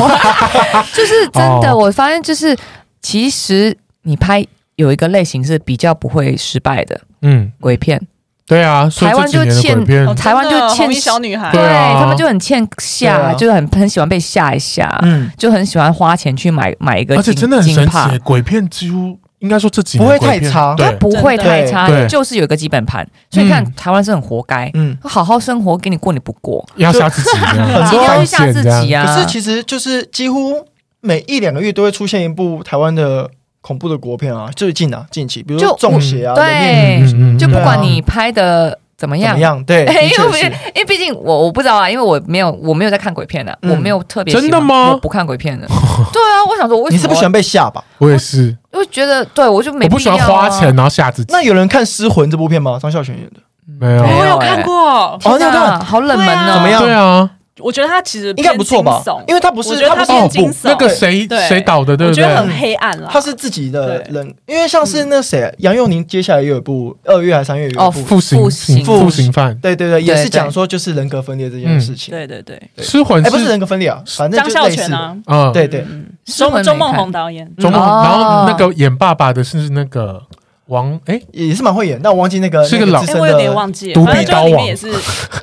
就是真的，
哦
我发现就是其实你拍有一个类型是比较不会失败的
嗯，
鬼片，
对啊，所以
台湾
这几
就
年的
欠
鬼片
哦
台湾就
真的
欠
红衣小女孩
对，啊
他们就很欠吓，
对啊
就是很很喜欢被吓一吓，
嗯，
就很喜欢花钱去买买一个
而且
金
真的很神
金帕
奇，，鬼片几乎应该说这几年
不会太
鬼片
差
对
它，不会太差
真的
的，就是有一个基本盘，所以你看
嗯
台湾是很活该。
嗯，
好好生活，给你过你不过，
要吓自己 这样，
很
你
多
要去吓自己
啊，
啊！
可是其实就是几乎每一两个月都会出现一部台湾的恐怖的国片啊，最近啊近期，比如说
就
《中邪》啊，
我
人面
对
嗯
就不管
对啊
你拍的怎么
怎
样
么，样？对，的
哎因为
确
我
是
因为毕竟我我不知道啊，因为我没有我没有在看鬼片的、
嗯
我没有特别喜
真
欢
的吗
我不看鬼片的。对啊，我想说，我为
你
什
是
么
不喜欢被吓吧？
我也是，
我就觉得对我就没
我不
必
喜
要
欢花
啊
钱，然后吓自己，
那有人看《失魂》这部片吗？张孝全演的，
没有
哦
没有
我有
哎
看过，
哦
天
那
哪
段
好冷门哦，
对啊
怎么样
对啊，哦
我觉得它其实
应该不错吧
偏惊悚？
因为他不
我
是
觉得
不
它
是
偏
恐
惊
怖，
悚，
那个谁
对
谁导的，对
我
不
觉
对？
得很黑暗了，
他是自己的
对
人，因为像是那谁杨佑宁接下来又有一部二月还是三月有一
哦
部，
复
复
刑
刑
复刑犯，
对对对，也
对
是讲说就是人格分裂这件事情，
对对对，
对
失魂
哎，不是人格分裂啊，反正
张
就
孝
类似
全
的，
啊，
啊，
对对
嗯，
中文
周
没
周梦
看
红导演，
中国，
哦
然后那个演爸爸的是那个王，哎，
也是蛮会演，但我忘记那个
是个
那
老
资
哎，
深
我有点
的，
忘记
独
了，
臂
反正就里
刀王
面也是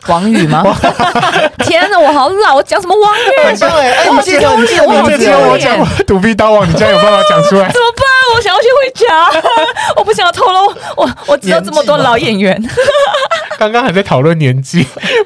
王宇吗？ 天哪，我好老，我讲什么王宇？
很像哎， 哎，你记得你记得
我好
名
这
字
天
哦
我讲我独臂刀王，你竟然有办法讲出来
怎，么办？我想要去回家， 我不想要透露我我知道这么多老演员。
刚刚还在讨论年纪，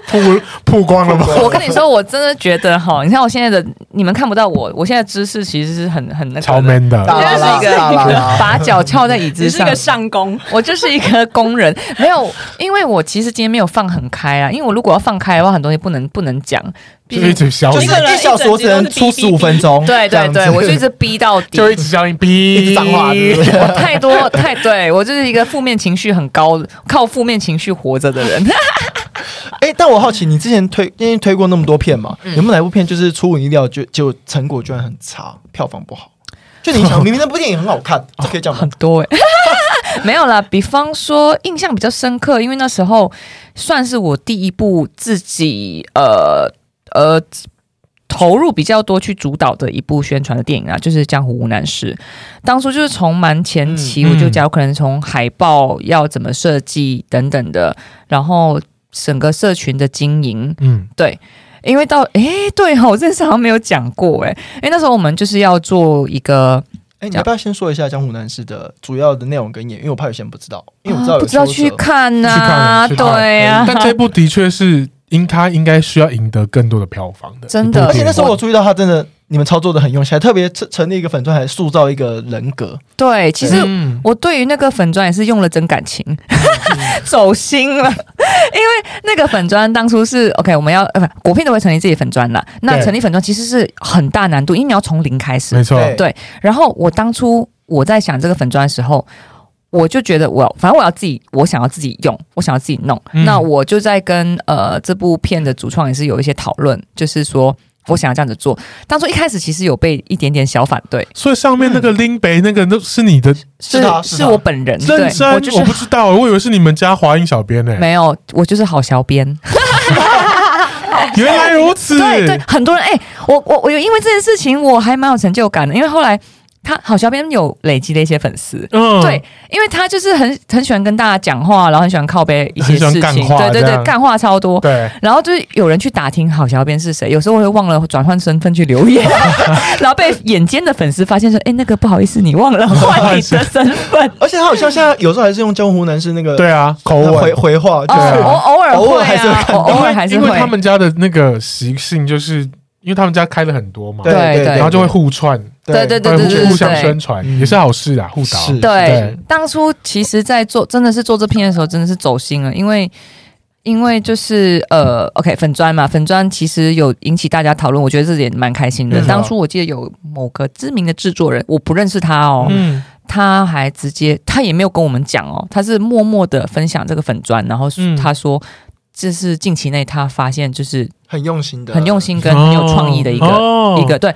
曝曝光了吗？
我跟你说，我真的觉得哈，你看我现在的，你们看不到我，我现在知识其实是很很那个 的
超 man
大
的，
我
啦
就是
啦
一个
啦啦啦
把脚翘在椅
只
子
是
上
个，上工，
我就是一个工人。没有，因为我其实今天没有放很开啊，因为我如果要放开的话，很多东西不能不能讲，
就
毕
一
竟
直消
就
音
是，一小时我只能出十五分钟，
对
这
对
样子
对，我就一直逼到底
就。一直消音，哔，
一直脏话是不是
我太多太对我就是一个负面情绪很高，靠负面情绪活着的人。
哎、但我好奇，你之前推因为推过那么多片
嗯
嘛，有没有哪部片就是出乎你意料就就成果居然很差，票房不好？就你 想，明明那部电影很好看，这可以讲吗
哦很？多哎、 没有啦。比方说，印象比较深刻，因为那时候算是我第一部自己呃呃投入比较多去主导的一部宣传的电影啊，就是《江湖无难事》。当初就是从蛮前期，
嗯
我就假如可能从海报要怎么设计等等的，然后整个社群的经营，
嗯
对，因为到诶，对哈、我这次好像没有讲过诶，因为那时候我们就是要做一个，
哎、你要不要先说一下《江湖男士》的主要的内容跟演？因为我怕有些人不知道，因为我知道
啊
有
不知道
邱
去
泽
看
去看啊
呐、
了去看哎了
对 啊呀、
但这部的确是应它应该需要赢得更多的票房的，
真的
一部
而且
电
那
影
时候我注意到他真的，你们操作的很用心，还特别成成立一个粉钻，还塑造一个人格。
对，其实
嗯
我对于那个粉砖也是用了真感情， 走心了。因为那个粉砖当初是 OK，我们要呃不，国片都会成立自己的粉砖啦。那
对
成立粉砖其实是很大难度，因为你要从零开始
没。错，
对
对然后我当初我在想这个粉砖的时候，我就觉得我反正我要自己，我想要自己用，我想要自己弄。
嗯
那我就在跟呃这部片的主创也是有一些讨论，就是说我想要这样子做。当初一开始其实有被一点点小反对，
所以上面那
嗯
个林北那个都嗯是你的
是的啊是
是
的啊
我本人，对
认真，
我就是
我不知道，我以为是你们家华英小编呢，
没有，我就是好小编。
原来如此，
对对，很多人哎、我我我有因为这件事情，我还蛮有成就感的，因为后来他好小编有累积了一些粉丝。
嗯，
对，因为他就是很很喜欢跟大家讲话，然后很喜欢靠背一些
很喜欢
事
干
情，
话
对对
这
对
样，
干话超多。
对，
然后就是有人去打听好小编是谁，有时候我会忘了转换身份去留 言，然后被眼尖的粉丝发现说：“哎，那个不好意思，你忘了换你的身 份。
而且他好像现在有时候还是用江湖男士那个
对啊，口吻
回回话，”就
哦，
是、
啊
我偶尔
偶尔
会
还是会
啊，
看到
我偶尔还是
因为
会
因为。他们家的那个习性，就是因为他们家开了很多嘛，
对
对对
然后就会互串，
对对
会
对对
互互相
对
宣传，
嗯
也是好事啊，互导。
是
对
对，
当初其实，在做真的是做这片的时候，真的是走心了，因为因为就是呃，OK 粉砖嘛，粉砖其实有引起大家讨论，我觉得这点蛮开心的。
嗯啊
当初我记得有某个知名的制作人，我不认识他哦，
嗯，
他还直接他也没有跟我们讲哦，他是默默的分享这个粉砖，然后
嗯
他说。这是近期内他发现就是
很用心的，
很用。心跟很有创意的一个、
哦
一个，对，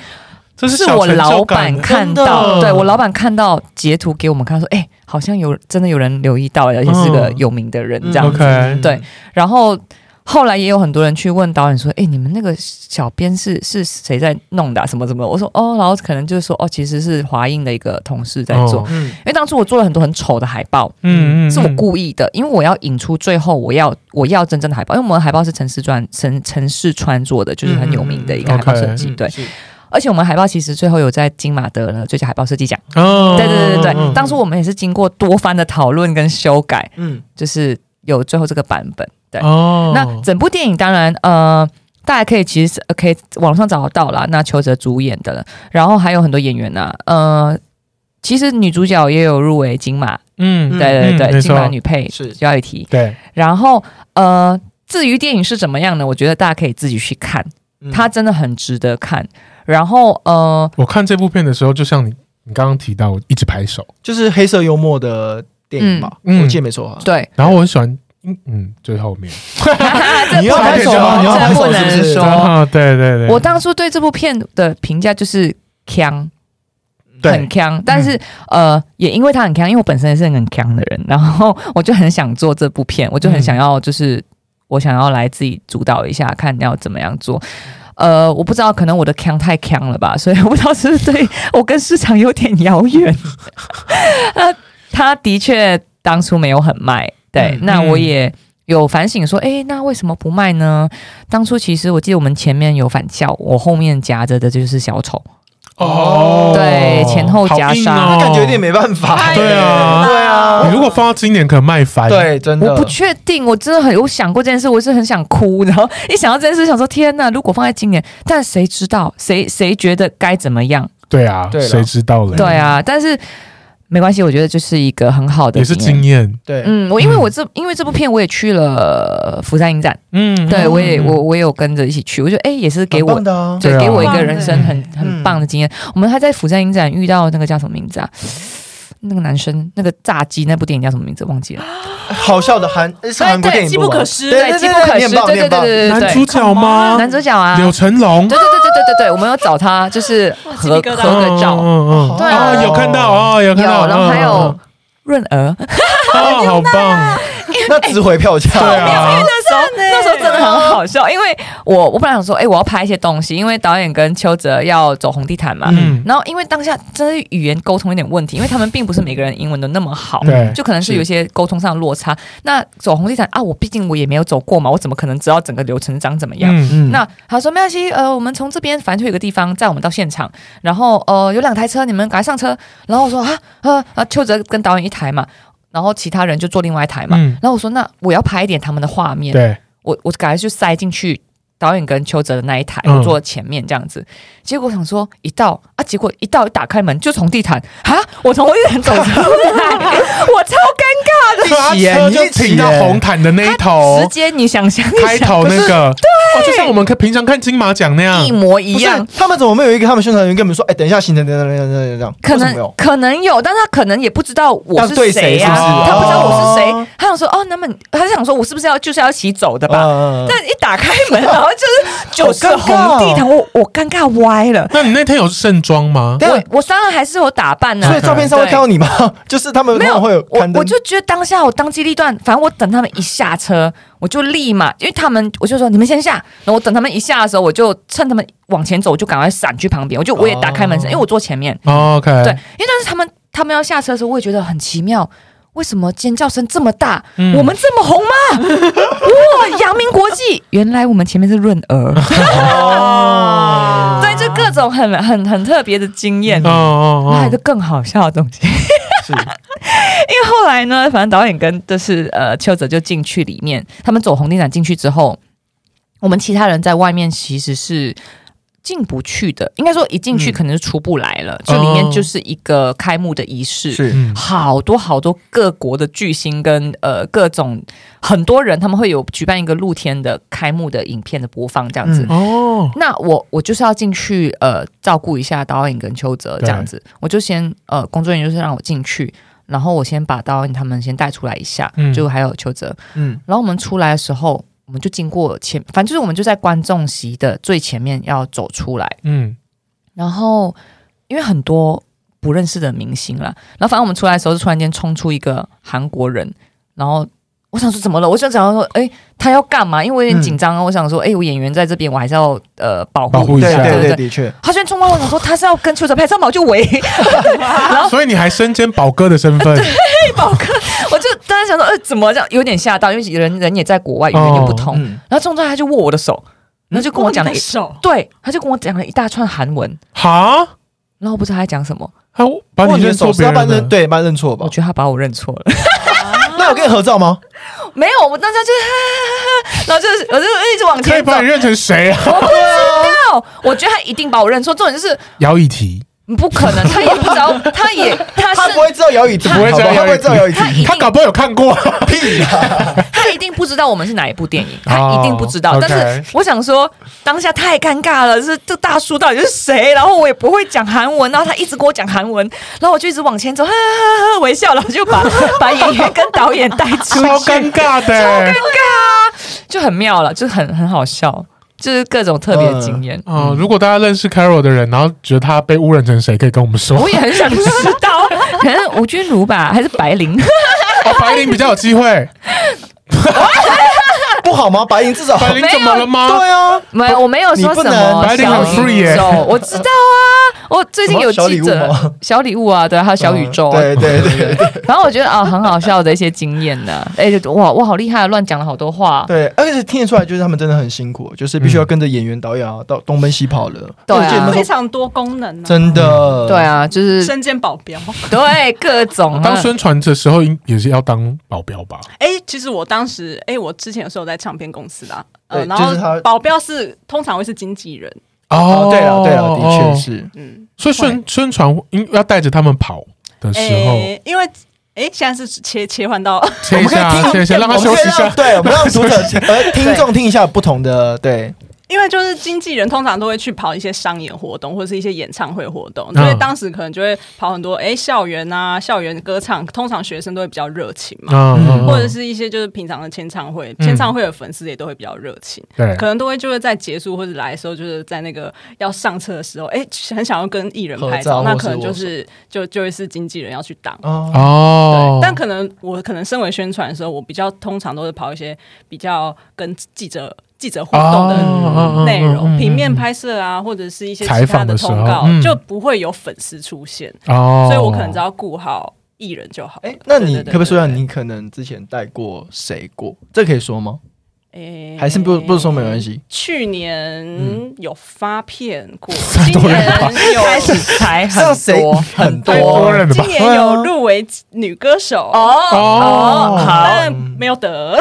这
是
小
我
成就
老
感
板
的
看
真
到，
的
对我老板看到截图给我们看，说，哎、好像有真的有人留意到，而且是个
嗯
有名的人
嗯
这样。
OK
对，然后后来也有很多人去问导演说，哎、你们那个小编是是谁在弄的啊、什么什么？我说哦，然后可能就是说，哦，其实是华映的一个同事在做，
哦
嗯，
因为当初我做了很多很丑的海报，
嗯嗯，
是我
嗯
故意的，因为我要引出最后我要我要真正的海报，因为我们的海报是城市穿城城市穿着的，就是很有名的一个海报设计，
嗯
对。
是
而且我们海报其实最后有在金马得了最佳海报设计奖。
哦，
对对对对
嗯
对，当初我们也是经过多番的讨论跟修改，
嗯，
就是有最后这个版本。对，
哦，
那整部电影当然呃。大家可以其实是呃可以网上找得到啦，那邱泽主演的了，然后还有很多演员呐、呃，其实女主角也有入围金马，
嗯
对对对，
嗯没错
金马女配
是
焦雨提。
对，
然后呃，至于电影是怎么样呢？我觉得大家可以自己去看，
嗯
它真的很值得看。然后呃，
我看这部片的时候，就像你你刚刚提到，我一直拍手，
就是黑色幽默的电影吧，
嗯
我记得没错啊。
对，
然后我很喜欢，嗯嗯，最后面
这
你要
不能
拍手吗
说
你要拍
这
手
不
是不
能
是
说。
啊，对对对，
我当初对这部片的评价就是强，很
对嗯
强，但是、呃，也因为它很强，因为我本身也是很强的人，然后我就很想做这部片，我就很
嗯
想要就是、我想要来自己主导一下，看要怎么样做。呃，我不知道，可能我的强太强了吧， 所以我不知道是不是对我跟市场有点遥远。 呃，他的确当初没有很卖，对，
嗯
那我
嗯
也有反省说，诶，那为什么不卖呢？当初其实我记得我们前面有返校，我后面夹着的就是小丑，
哦，
对前后夹杀
好硬哦
他感觉有点没办法。
哎对啊
对啊
你如果放到今年，可能卖翻。，
对，真的
我不确定，我真的很有想过这件事，我是很想哭，然后一想到这件事，想说天呐，如果放在今年，但谁知道，谁谁觉得该怎么样？
对啊，
对了
谁知道嘞？
对，啊，但是没关系，我觉得就是一个很好的
也是
经验
经。验。
对，
嗯，我因为
嗯
我这、因为这部片我也去了釜山影展，
嗯，
对我也
嗯
我我也有跟着一起去，我觉得哎、也是给
蛮
我
棒的啊，
对
对啊
给我一个人生很
嗯
很棒的经验。我们还在釜山影展遇到那个叫什么名字啊？那个男生，那个炸鸡那部电影叫什么名字？忘记了。
好笑的韩是韩国电影
机
吧
不可失
对
机不可
面
失。
包
对
面
对对
包
对对
男主
对
角吗？
男主角啊，
柳
对
成龙
对对对对对对，我们有找他，就是
哇鸡皮
合合
疙瘩
个照，
嗯
对啊
哦有看到哦，有
有，
看到，
然后还有
嗯，
润儿，
嗯嗯哦，好棒，
那值回票价，
对啊，
那时候那时候真的很好笑，因为我我本来想说，哎、我要拍一些东西，因为导演跟邱泽要走红地毯嘛。
嗯，
然后因为当下真是语言沟通有点问题，因为他们并不是每个人英文都那么好，
对
就可能是有一些沟通上的落差。那走红地毯啊，我毕竟我也没有走过嘛，我怎么可能知道整个流程长怎么样？
嗯
嗯，
那他说没关系，呃，我们从这边反正就有一个地方载我们到现场，然后呃有两台车，你们赶快上车。然后我说啊呃啊，邱泽跟导演一台嘛，然后其他人就坐另外一台嘛。
嗯，
然后我说那我要拍一点他们的画面，
对，
我我赶快就塞进去导演跟邱泽的那一台，
嗯
我坐前面这样子。结果我想说一到啊，结果一到一打开门就从地毯啊，我从地毯走 出来，我超尴
他
一起耶
车
你
就
一起
停到
耶
红毯的那一
尬，
头
直，接你想象一
开
下，
头那个，对，哦，就像我们看平常看金马奖那样
一，模一
不是
样。
他们怎么没有一个他们宣传员跟我们说，哎，等一下行程，等等等等等等，
可
为什么没
能
有
可能有，但他可能也不知道我
要对谁
谁呀、
是不
是
他不知道我是谁
哦，
他想说哦，那么他想说我是不是要就是要一起走的吧？
嗯嗯嗯
但一打开门， 然后就是就
好
是
尴尬
红
哦
地毯，我我尴尬歪了。
那你那天有盛装吗？
对啊
我我当然还是有打扮呢、
所以照片上会看到你吗？就是他们
没有，
会有
我
刊登
我就觉得当下我当机立断，反正我等他们一下车，我就立马，因为他们我就说你们先下，然后我等他们一下的时候，我就趁他们往前走，我就赶快闪去旁边，我就我也打开门，
哦
因为我坐前面，
哦，OK，
对，因为但是他们他们要下车的时候，我也觉得很奇妙。为什么尖叫声这么大？
嗯
我们这么红吗？ 哇，阳明国际，原来我们前面是润 儿，
啊
哦
对，就各种很很很特别的经验。
哦
然后还有一
哦
个更好笑的东西，
是
因为后来呢，反正导演跟就是呃邱泽就进去里面，他们走红地毯进去之后，我们其他人在外面其实是进不去的，应该说一进去
嗯
可能是出不来了，就里面
哦
就是一个开幕的仪式，
哦，
是
嗯，
好多好多各国的巨星跟呃各种很多人，他们会有举办一个露天的开幕的影片的播放这样子。
嗯
哦，
那我我就是要进去呃照顾一下导演跟邱泽这样子，我就先呃工作人员就是让我进去，然后我先把导演他们先带出来一下，
嗯
就还有邱泽，
嗯
然后我们出来的时候。我们就经过前，反正就是我们就在观众席的最前面要走出来，
嗯，
然后因为很多不认识的明星啦，然后反正我们出来的时候，就突然间冲出一个韩国人，然后我想说怎么了？我就想说，哎、他要干嘛？因为我有点紧张啊，我想说，哎、我演员在这边，我还是要呃保护
保护一
对
下
对
对
对，
对。
的确，
他居然冲过来，我想说他是要跟邱泽拍照嘛，我就围，
所以你还身兼宝哥的身份，
我就当时想说，呃，怎么这样？有点吓到，因为人人也在国外，语言也不通。
嗯，
然后中间他就握我的手，然后就跟我讲了一，
手，
对，他就跟我讲了一大串韩文，
哈，
然后我不知道他在讲什么，
他把
哇
你
你
认
的
错
手是
别
要把
人
认
了，
对，把认错吧
我？觉得他把我认错了。
那有跟你合照吗？
没有，我当下就是，然后就是，我就一直往
可以
前走。
把你认成谁啊？
哦我觉得他一定把我认错，重点就是
姚以缇，
不可能，他也不知 道，他也他
他
啊是
不会知道姚以婷，
他不会知道
好好他不会知道姚以
他一
婷，
他搞不好有看过，
屁啊！
他一定不知道我们是哪一部电影，他一定不知道。
OK
但是我想说，当下太尴尬了，是这大叔到底是谁？然后我也不会讲韩文，然后他一直跟我讲韩文，然后我就一直往前走，哈哈哈哈微笑，然后就把 把演员跟导演带 出
超
去，
尴尬的。
就很妙了，就是很很好笑，就是各种特别的经验。
哦，如果大家认识 Carol 的人，然后觉得他被污染成谁，可以跟我们说。
我也很想知道， 可能吴君如吧，还是白灵？
哦，白灵比较有机会。
不好吗？白银至少
白灵怎么了吗？
对啊，
没有，我没有说什么
白灵
小
很 free
宇
耶
宙， 我知道啊，我最近有
什么小
记
礼物
者
吗
小礼物啊，对，还有小宇宙啊，
嗯对对对对
反正我觉得啊，很好笑的一些经验呢。 哎，哇，我好厉害，乱讲了好多话。
对，而且听得出来，就是他们真的很辛苦，就是必须
嗯
要跟着演员、导演啊，到东奔西跑了。
对
我
啊
记得那时
非
候
常多功能呢、啊
真的，
对，啊，就是
身兼保镖。
对各种
当
啊
宣传的时候，应也是要当保镖吧？
哎、其实我当时，哎、我之前有时候在唱片公司啦，呃，
对
然
就是他
后保镖是通常会是经纪人，
哦，对了对了，的确
哦。
是，
嗯，
所以宣宣传应要带着他们跑的时
哎、
候，
因为哎、现在是切切换到
切一
我
下，
们可
切
以
一下，
听
让他休息一
我们。可
下
以让对，我们让读 者、呃听众听一下不同的，对，
因为就是经纪人通常都会去跑一些商演活动或者是一些演唱会活动，
嗯
所以当时可能就会跑很多哎、诶校园啊校园歌唱，通常学生都会比较热情嘛。
嗯
或者是一些就是平常的签唱会，
嗯
签唱会的粉丝也都会比较热情，
对
可能都会就是在结束或者来的时候，就是在那个要上车的时候，哎、很想要跟艺人拍照，
合照
那
或是
可能就
握
是就就会是经纪人要去挡。
哦，
哦
对，但可能我可能身为宣传的时候，我比较通常都是跑一些比较跟记者记者互动的
哦
内容，
嗯嗯嗯嗯
平面拍摄啊，或者是一些
采
其
访
他
的时候
通告，
嗯
就不会有粉丝出现，
哦，
所以我可能只要顾好艺人就好了。
哎、那你
对对
可
对
不可以说一下
对对
你可能之前带过谁过？这可以说吗？
哎
还是不不是说没关系？
去年有发片 过，
太
今
多
年
人吧
有
开始才很
像谁
多
很
很
多
太多人了吧
今？年有入围女歌手
哦，哦，好
但没有得。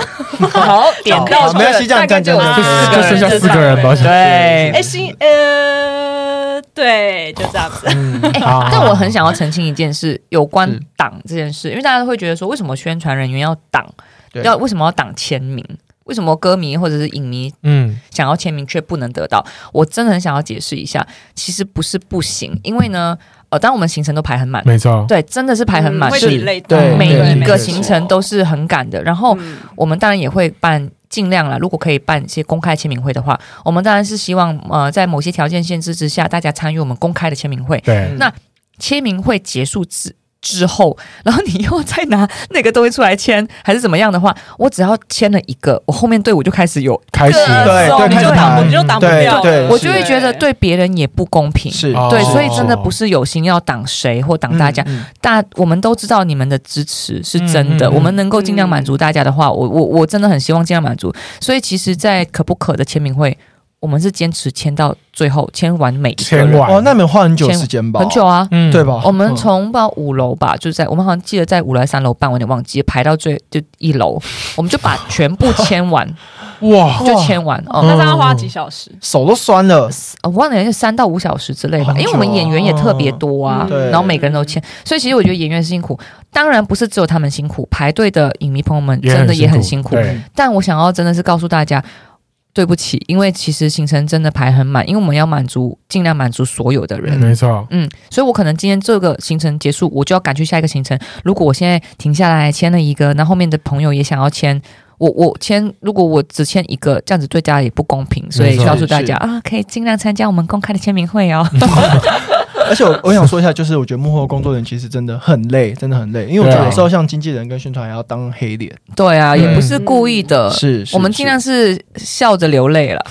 好 点到
好没关系这样
大概
这样
就
这样
就
就
剩下四个人吧。
对
哎，新呃，对，就这样子。
嗯，
好，
哎但我很想要澄清一件事，有关
是
党这件事，因为大家会觉得说，为什么宣传人员要党，
对
要为什么要党签名？为什么歌迷或者是影迷
嗯
想要签名却不能得到？我真的很想要解释一下，其实不是不行，因为呢，呃，当我们行程都排很满，
没错，
对，真的是排很满，
嗯会
是
比累
对
到
每
对
一个
没错
行程都哦是很赶的。然后
嗯
我们当然也会办，尽量啦。如果可以办一些公开签名会的话，我们当然是希望呃，在某些条件限制之下，大家参与我们公开的签名会。
嗯
对
那签名会结束之之后， 然后你又再拿那个东西出来签，还是怎么样的话，我只要签了一个，我后面队伍就开始有，
开始
对
各种
哎对
哦你就挡不，
开始
你就挡不掉了。
对对
嗯
我就会觉得对别人也不公平。
是
哦
对，所以真的不是有心要挡谁或挡大家，
嗯嗯
大我们都知道你们的支持是真
嗯
的，
嗯嗯
我们能够尽量满足大家的话，我我我真的很希望尽量满足。所以其实，在可不可的签名会，我们是坚持签到最后，签完每一个
签
人，
完
哦，那你们花很久
签
时间吧？
很久啊。
嗯
对？吧？
我们
嗯
从到五楼吧，就是在我们好像记得在五楼还是三楼半，我有点忘记，排到最就一楼，我们就把全部签完，
哇，
就签完
嗯
哦。
那这样要花几小时？
手都酸了，
我忘了是三到五小时之类吧
很，久
因为我们演员也特别多啊，
嗯对
然后每个人都签，所以其实我觉得演员辛苦，当然不是只有他们辛苦，排队的影迷朋友们真的也很辛苦。
对，
但我想要真的是告诉大家，对不起，因为其实行程真的排很满，因为我们要满足尽量满足所有的人。
没错，
嗯，所以我可能今天这个行程结束，我就要赶去下一个行程。如果我现在停下来签了一个，那后面的朋友也想要签，我我签，如果我只签一个，这样子对大家也不公平。所以
没错
告诉大
是嗯
家啊，可以尽量参加我们公开的签名会哦。
而且我我想说一下，就是我觉得幕后工作人员其实真的很累，真的很累，因为我觉
对
得
啊
有时候像经纪人跟宣传还要当黑脸，
对啊，
嗯
也不是故意的，
是，是
呃我们尽量是笑着流泪了。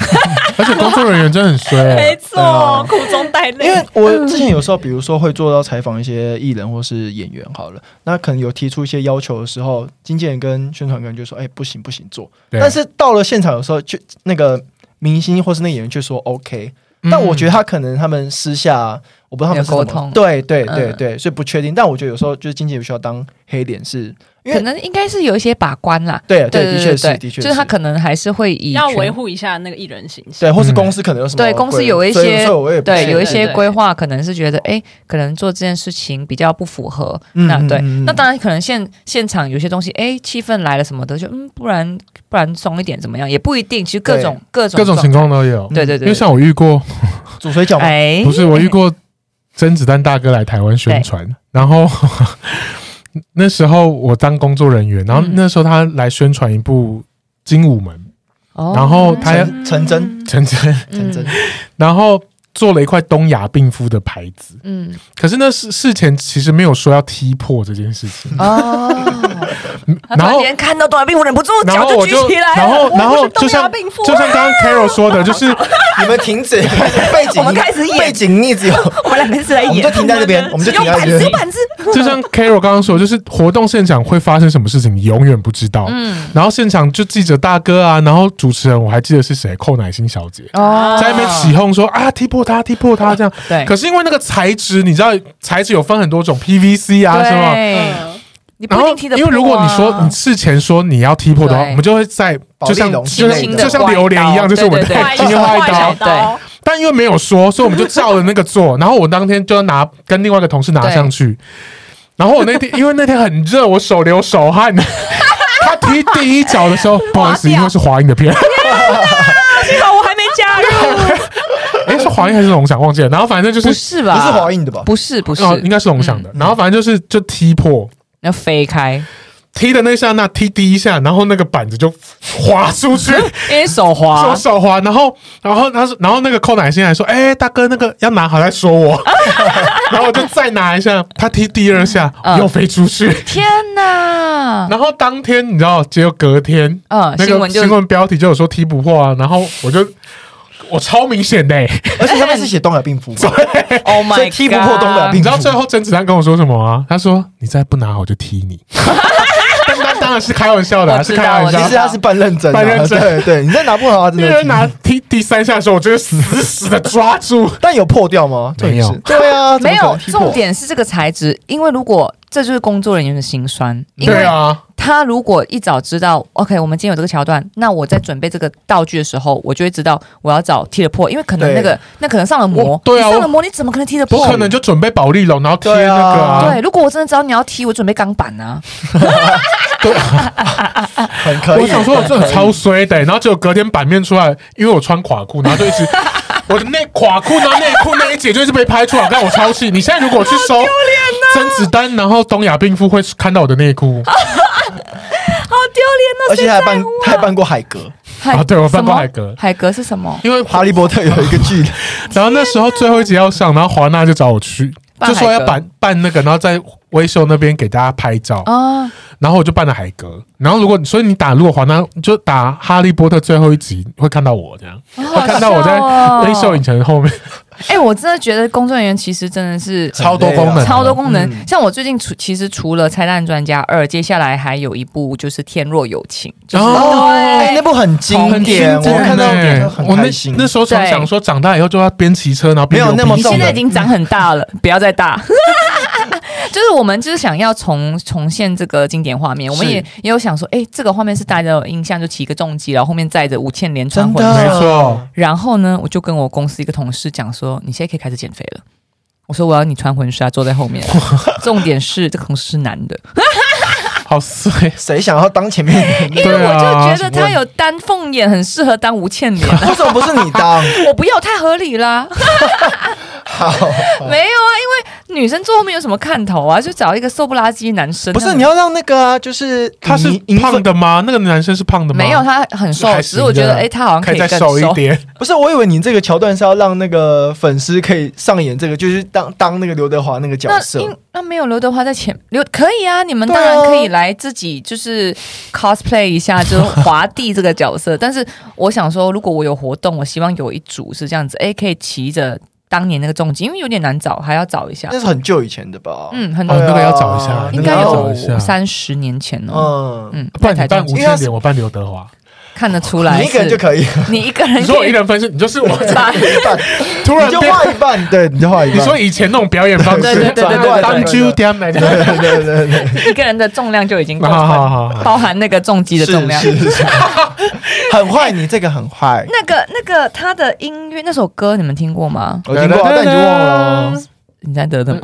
而且工作人员真的很衰
哎
没，
对
错
啊，
苦中带
因为
泪。
我之前有时候，比如说会做到采访一些艺人或是演员，好了，那可能有提出一些要求的时候，经纪人跟宣传官就说：“哎、不行，不行，做。”
对
但是到了现场，有时候就那个明星或是那演员却说 “OK”，、但
嗯
我觉得他可能他们私下，我不知道他们是怎么
嗯有沟通
对对对
嗯
对，所以不确定。但我觉得有时候就是经纪人需要当黑脸是，因
可
为
能应该是有一些把关啦。
对
对
的
对
确
对
是，
对，
的确
就是他
是。
可能还是会以
要
权
维护一下那个艺人形象。
对，或是
嗯
公司可能有什么规、
对公司有一
所以
些
所以我也不确
对
定
有一些
对
规划，可能是觉得哎，可能做这件事情比较不符合。
嗯
那对
嗯嗯嗯，
那当然可能现现场有些东西，哎，气氛来了什么的，就嗯，不然不然松一点怎么样？也不一定，其实各种各种
各种情
状
况都有
态。。对对对，
嗯因为像我遇过，
煮水饺嘛，
哎
不是我遇过甄子丹大哥来台湾宣传，然后 那时候我当工作人员，然后
嗯
那时候他来宣传一部《精武门
哦
然后
嗯
他要
陈陈真》，
嗯
陈真，
陈嗯真，
然后做了一块东亚病夫的牌子，
嗯
可是那事事前其实没有说要踢破这件事情，
哦，他突
然
然
后
间看到短病，我忍不住
然
脚
后我
举
就
起来了。
然后
我
然
不
后
是东
就
亚
像
病夫
就像刚刚 Carol 说的，就是
你们停 止，背景
我们开始演
背景逆只有，
我们两个是来
我们
演
就，停在这 边，我们就停
有
在
板
这
子有
边。
板子，
就像 Carol 刚刚说，就是活动现场会发生什么事情，你永远不知道。
嗯
然后现场就记者大哥啊，然后主持人我还记得是谁，寇乃馨小姐
哦
在那边起哄说啊踢破他踢破他这样。
对，
可是因为那个材质，你知道材质有分很多种 PVC 啊什么。
对
嗯
你不
然后
一定踢得
因
破
为
啊
如果你说你事前说你要踢破的话，
对
我们就会在就
保
像
利龙
就
轻
像
轻地
就像
刮一
榴莲一样，
刀
就是我们在
对
轻
对对
轻
小
画一刀
小。
对
刀，
但因为没有说，所以我们就照着那个做。然后我当天就要拿跟另外一个同事拿上去。然后我那天因为那天很热，我手流手 汗。他踢第一脚的时候，不好意思，
滑掉
因为是华英的 片，
幸好我还没加入，
哎，是华英还是龙翔忘记了。然后反正就
不
是，哦
是
不
吧？
是华映的吧？
不是不是，嗯
哦，应该是龙翔的。然后反正就是就踢破，
要飞开，
踢的那刹那，踢第一下，然后那个板子就滑出去，
因为手
手
滑，
手滑，然后然后他说，然后那个寇乃馨还说，哎、大哥，那个要拿好再说 我，然后我就再拿一下，他踢第二下、
嗯
又飞出去。
天哪！
然后当天你知道，结果隔天，
嗯
那
新
个
闻就
新闻标题就有说踢不破啊，然后我就我超明显 的、欸，
而且他们是写东亚病夫嘛，
哎 Oh my
所以
god！
踢不破东亚病夫。
你知道最后甄子丹跟我说什么吗？他说：“你再不拿好我就踢 你。”但是他当然是开玩笑的啊、
我
是
知
开
道
玩
其
笑
实。他是半认真、啊，
半认真
对对，你再拿不好，他真
那
的
个人
踢
拿踢第三下的时候，我就死死的抓住。
但有破掉吗？
没有
这也是对啊，
没有，
怎么可能
重
踢破
点是这个材质，因为如果这就是工作人员的心酸，因
对
为
啊，
他如果一早知道，OK，我们今天有这个桥段，那我在准备这个道具的时候，我就会知道我要找踢得破，因为可能
对
那个那可能上了
我
膜，
对啊
你上
我
了膜你怎么可能踢得
我
破？
可能就准备保利龙，然后贴那个
对
啊
对，。如果我真的知道你要踢，我准备钢板啊，
很可以。
我想说，我真的
很可以
超衰的欸、然后结果隔天版面出来，因为我穿垮裤，然后就一直我的内垮裤，然后内裤那一节就一直被拍出来，但我超气。你现在如果去搜甄子丹，然后东亚病夫会看到我的内裤。
好丢脸哦！
而且还
谁
办
在乎啊
还办过海格，
海
啊对我翻过
什么
海格
海格是什么？
因为
哈利波特有一个剧，
然后那时候最后一集要上，然后华纳就找我去，
办
就说要
海格
办办那个，然后在微秀那边给大家拍照，
啊，
然后我就办了海格。然后如果所以你打如果华纳就打《哈利波特》最后一集会看到我这样，
我
看到我在微秀影城后面
哦哎，我真的觉得工作人员其实真的是
超多功
很累
能
啊
超多功能。
嗯
像我最近除其实除了《拆弹专家二》，接下来还有一部就是《天若有情》，就是
哦
哎，那部很经典，
很
我
经典
看到
欸
很
我那
开心。
那时候常想说长大以后就要边骑车，然后边
没有那么
你
重
流鼻
现
血
在
的
已经长很大了， 不要再大。就是我们就是想要重重现这个经典画面，我们
是
也也有想说，哎、这个画面是大家有印象，就骑一个重机，然后后面载着五千连穿
真
回
的
没错，
然后呢，我就跟我公司一个同事讲说，你现在可以开始减肥了。我说我要你穿婚纱坐在 后面，重点是这个同事是男的，
好碎。
谁想要当前面的
因
人？
为我就觉
对
得
啊
他有丹凤眼，很适合当吴倩莲。
为什么不是你当？
我不要太合 理啦，
好，
没有啊，因为女生坐后面有什么看头啊？就找一个瘦不拉几的男生。
不是你要让那个啊，就是
他是
你你
胖的吗？那个男生是胖的吗？
没有，他很瘦，
还
只
行
是我觉得，
的
哎、他好像
可以
以
再
更
瘦一点。
不是，我以为你这个桥段是要让那个粉丝可以上演这个，就是当当那个刘德华那个角
那
色。
因那没有刘德华在前刘可以啊，你们当
对
然
啊
可以来自己就是 cosplay 一下，就是华帝这个角 色。但是我想说，如果我有活动，我希望有一组是这样子，哎，可以骑着当年那个重机，因为有点难找，还要找一下
那。是很旧以前的吧？
嗯，很
哦，
对啊
那个要找一下，
那
应
个
该
要
找
有
一下啊
三十年前哦。
嗯，
嗯，
不然
在
你
台中
办吴
因为
倩
他是
莲，我办刘德华。
看得出来，
你一个人就可以，
以，你一个人
你说我
可
一
以
人分饰，你就是我。
把
一半
突然
你就
变
画一半，对，你就画一半。
你说以前那种表演方式，
对对对对对对
当猪点美
对对对对对，
一个人的重量就已经够
好好
了，
好好，
包含那个重机的重量。
是是 是很坏，你这个很坏，
那个那个他的音乐那首歌你们听过吗？
我听过啊，但你就忘了哦。
你在得的吗？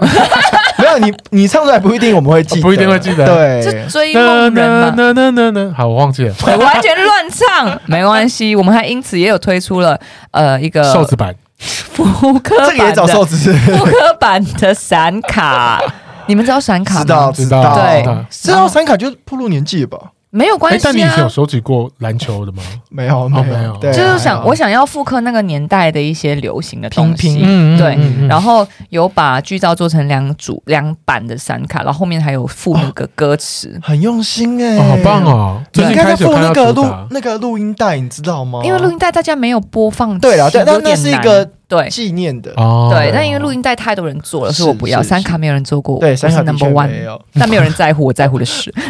没有你，你唱出来不一定我们会记得，
不一定会记得
是
对，
追
那
梦人
那
嘛？
那那那那，好，我忘记了，
我完全乱 唱，没关系。我们还因此也有推出了呃一个
瘦子版，
妇科
这
版
个也找
的
瘦子，
妇科版的闪卡，你们知道闪卡
知
吗？
道
知道
道，
对
哎
知道闪卡就是步入年纪吧？
没有关
但你
系
以前有
啊。
收集过篮球的吗？
没有，
哦没有
有，对，啊哎
就是
还
想，
好
我想要复刻那个年代的一些流行的东西，
拼拼
嗯
对
嗯嗯
然后有把剧照做成两组两版的闪卡，然后后面还有附那个歌词，
很用心哎，
哦好棒！
嗯
哦！
你
最近
应该
开
在
始有
附
看
那个
到主
录
打，
那个录音带，你知道吗？
因为录音带大家没有播放器，
哦对啦对那
有点
那是一
难
个
对
纪念的，
哦
对，但因为录音带太多人做了，所以我
是
不要。
是
三
是
卡没有人做过，
对，
我是
闪卡的
number
确
one，
没有。
但没有人在乎我在乎的事。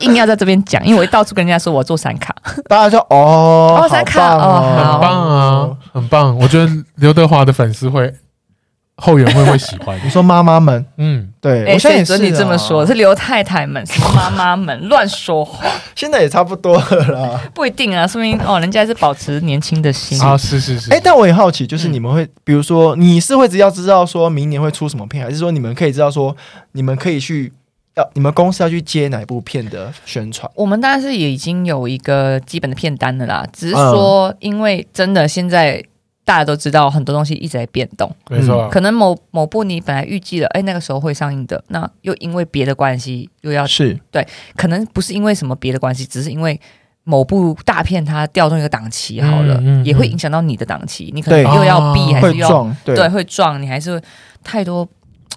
硬要在这边讲，因为我会到处跟人家说我要做闪卡，
大家就哦，
哦闪卡
好棒
哦
很
好
棒啊，很棒！我觉得刘德华的粉丝会后援会会喜 欢，
你说妈妈们，
嗯，
对
哎
我现在
谁
也是
准你这么
啊
说？是刘太太们、什么妈 妈们乱说话，
现在也差不多了啦。
不一定啊，说明哦，人家还是保持年轻的心。
啊，是是 是，
哎、但我也好奇，就是
嗯
你们会，比如说你是会只要知道说明年会出什么片，还是说你们可以知道说你们可以去要你们公司要去接哪一部片的宣传？
我们当然是也已经有一个基本的片单的啦，只是说因为真的现在大家都知道很多东西一直在变动，
没错，
嗯可能某某部你本来预计了，哎，那个时候会上映的，那又因为别的关系又要，
啊是
可能不是因为什么别的关系，只是因为某部大片它调动一个档期好了，
嗯嗯嗯
也会影响到你的档期，你可能
对啊
又要避
哦
还
会
是又要
撞，对
对会撞，你还是会太多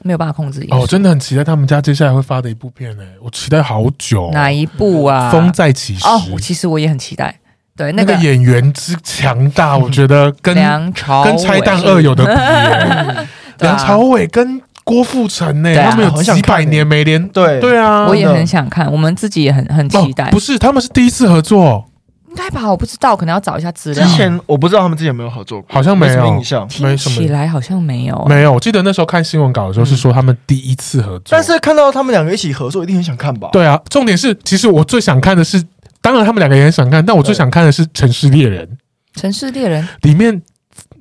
没有办法控制因
哦，
素。
我真的很期待他们家接下来会发的一部片诶，我期待好久哦。
哪一部啊？
风再起时
哦，我其实我也很期待，对
那
个嗯
个演员之强大，我觉得跟
梁朝
跟拆弹二有的比哎耶。
对啊
梁朝伟跟郭富城呢，
对啊
他们有几百年没联
欸对
对啊，
我也很想看，我们自己也很很期待。
哦不是，他们是第一次合作，
应该吧？我不知道，可能要找一下资
之
料。
前我不知道他们之前有没有合作过，
好像没
什么
有
印，象。
没
听
什
起
么，
来好像没有欸，
没有。我记得那时候看新闻稿的时候是说他们第一次合作，
嗯但是看到他们两个一起合作，一定很想看吧？
对啊，重点是，其实我最想看的是，当然他们两个也很想看，但我最想看的是《城市猎人
《城市猎人》》
里面，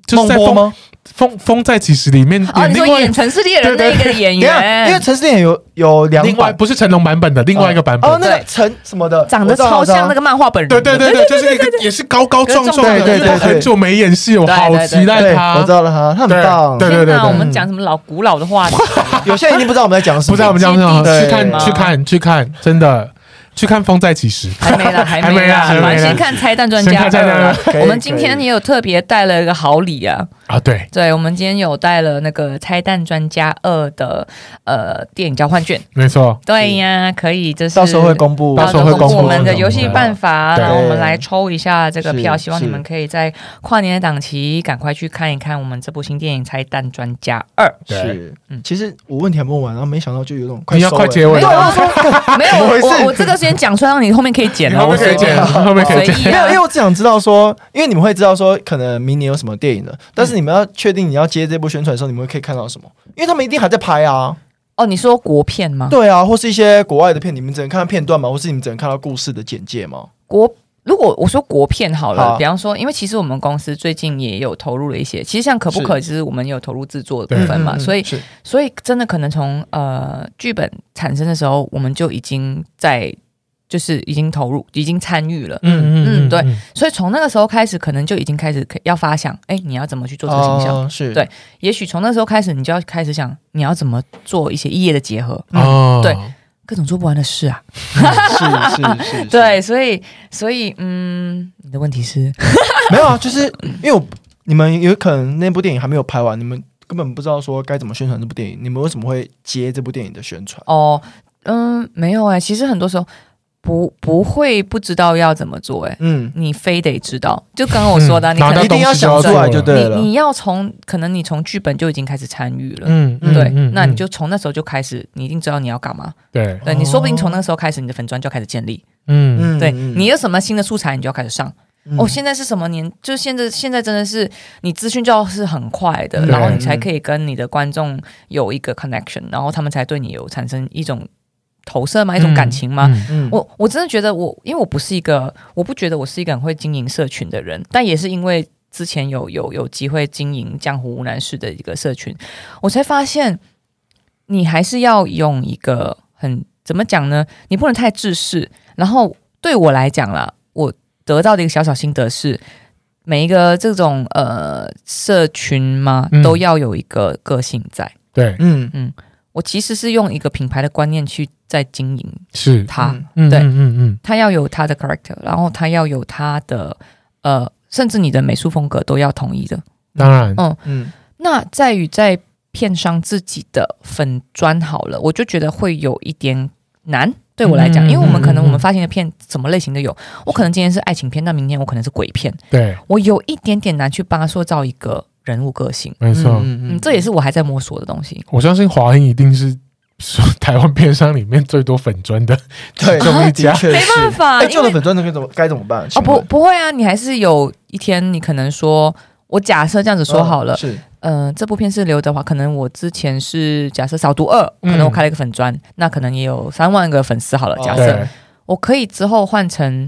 就是
孟
在
波
风
吗？
风风在起时里面
哦，
演
你
另
说
外
演《城市猎人》
对啊
那个演
等一下因为
员，
陈思典有有两
另外
版
不是成龙版本的另外一个版本
哦，，那个
对
陈什么的，
长得超像那
个。
个漫画本人。
对对对对，就是那个也是高高壮壮的，
对对
因为
对
我
对
很久没演戏，我
对对
好
对
期待
对，
他。
我知道了哈，他很
对
棒。
对对对
天哪
对
我们讲什么老古老的话题？
有些人一定不知道我们在讲什么，
不知道我们讲什么，
对
去看
对
去看去看，真的去看《风再起时》。
还没啦，还
还没啦
啦，
还没啦啊
反正先看《拆弹专
先
家
看拆
二
弹》
啦
二
可以
我们今天
可以
也有特别带了一个好礼啊，
啊，对，
对，我们今天有带了那个《拆弹专家二》的呃电影交换券。
没错，
对呀，可以，就是
到时候会公布，
到时候会公布
我们的游戏办法，
对
然后我们来抽一下这个票，
是
希望你们可以在跨年的档期赶快去看一看我们这部新电影《拆弹专家二
对
是
嗯，
其实我问题还没问完，然后没想到就有种
你要
收
快
了
结尾
没有，啊
了，
我说没有，
怎么回事
我我这个先讲出来，让你后面可以剪
你
了，
后
我
面可以
随便啊
剪，后面可以剪。
随意
没有，因为
啊。
我只想知道说，因为你们会知道说，可能明年有什么电影的，但
嗯
是你们要确定你要接这部宣传的时候，你们会可以看到什么？因为他们一定还在拍啊，
哦，你说国片吗？
对啊，或是一些国外的片，你们只能看到片段吗？或是你们只能看到故事的简介吗？
国。如果我说国片好了，
好
比方说，因为其实我们公司最近也有投入了一些，其实像可不可，其实我们也有投入制作的部分嘛，
嗯嗯嗯
所以
是
所以真的可能从呃剧本产生的时候，我们就已经在就是已经投入，已经参与了。
嗯
嗯对所以从那个时候开始，可能就已经开始可要发想，哎，你要怎么去做这个形象？
哦是
对也许从那时候开始，你就要开始想，你要怎么做一些异业的结合，
哦，
嗯对各种做不完的事啊。
是是 是，是，
对，所以所以嗯，你的问题是，
没有啊，就是因为我你们有可能那部电影还没有拍完，你们根本不知道说该怎么宣传这部电影，你们为什么会接这部电影的宣传？
哦，嗯，没有哎、其实很多时候不不会不知道要怎么做哎、
嗯，
你非得知道，就刚刚我说 的啊、
嗯
你可
拿
能
到
一定要想出来就对
你
了。
你要从可能你从剧本就已经开始参与了，
嗯
嗯
对，那你就从那时候就开始，你一定知道你要干嘛。
对，
对你说不定从那个时候开始，你的粉砖就要开始建立。
嗯
对你有什么新的素材，你就要开始上。
嗯
哦，现在是什么年？就现在，现在真的是你资讯教是很快的，
对
然后你才可以跟你的观众有一个 connection，然后他们才对你有产生一种投射嘛，一种感情嘛。
嗯？
嗯
我我真的觉得我，因为我不是一个，我不觉得我是一个很会经营社群的人，但也是因为之前有有有机会经营江湖无难事的一个社群，我才发现，你还是要用一个很怎么讲呢？你不能太自私。然后对我来讲啦，我得到的一个小小心得是。每一个这种呃社群嘛
嗯，
都要有一个个性在。
对，
嗯
我其实是用一个品牌的观念去在经营
是，
它，
嗯
嗯
对
嗯嗯嗯，
他要有他的 character，然后他要有他的呃，甚至你的美术风格都要统一的。
当然，
嗯
嗯
那在于在片商自己的粉砖好了，我就觉得会有一点难。对我来讲，
嗯
因为我们可能
嗯嗯
我们发行的片什么类型都有，我可能今天是爱情片，那明天我可能是鬼片，
对，
我有一点点难去帮他塑造一个人物个性。
没错，
嗯
嗯，这也是我还在摸索的东西。
我相信华英一定是台湾片商里面最多粉砖的
对
其中一家
的。确
没
是
办法
哎，
因
旧
为
的粉砖那个怎么该怎么办？
哦，
请
不
问，
不会啊，你还是有一天，你可能说，我假设这样子说好了
嗯，是
呃，这部片是刘德华，可能我之前是假设少读二，
嗯
可能我开了一个粉砖，那可能也有三万个粉丝好了。
哦
假设、
对，
我可以之后换成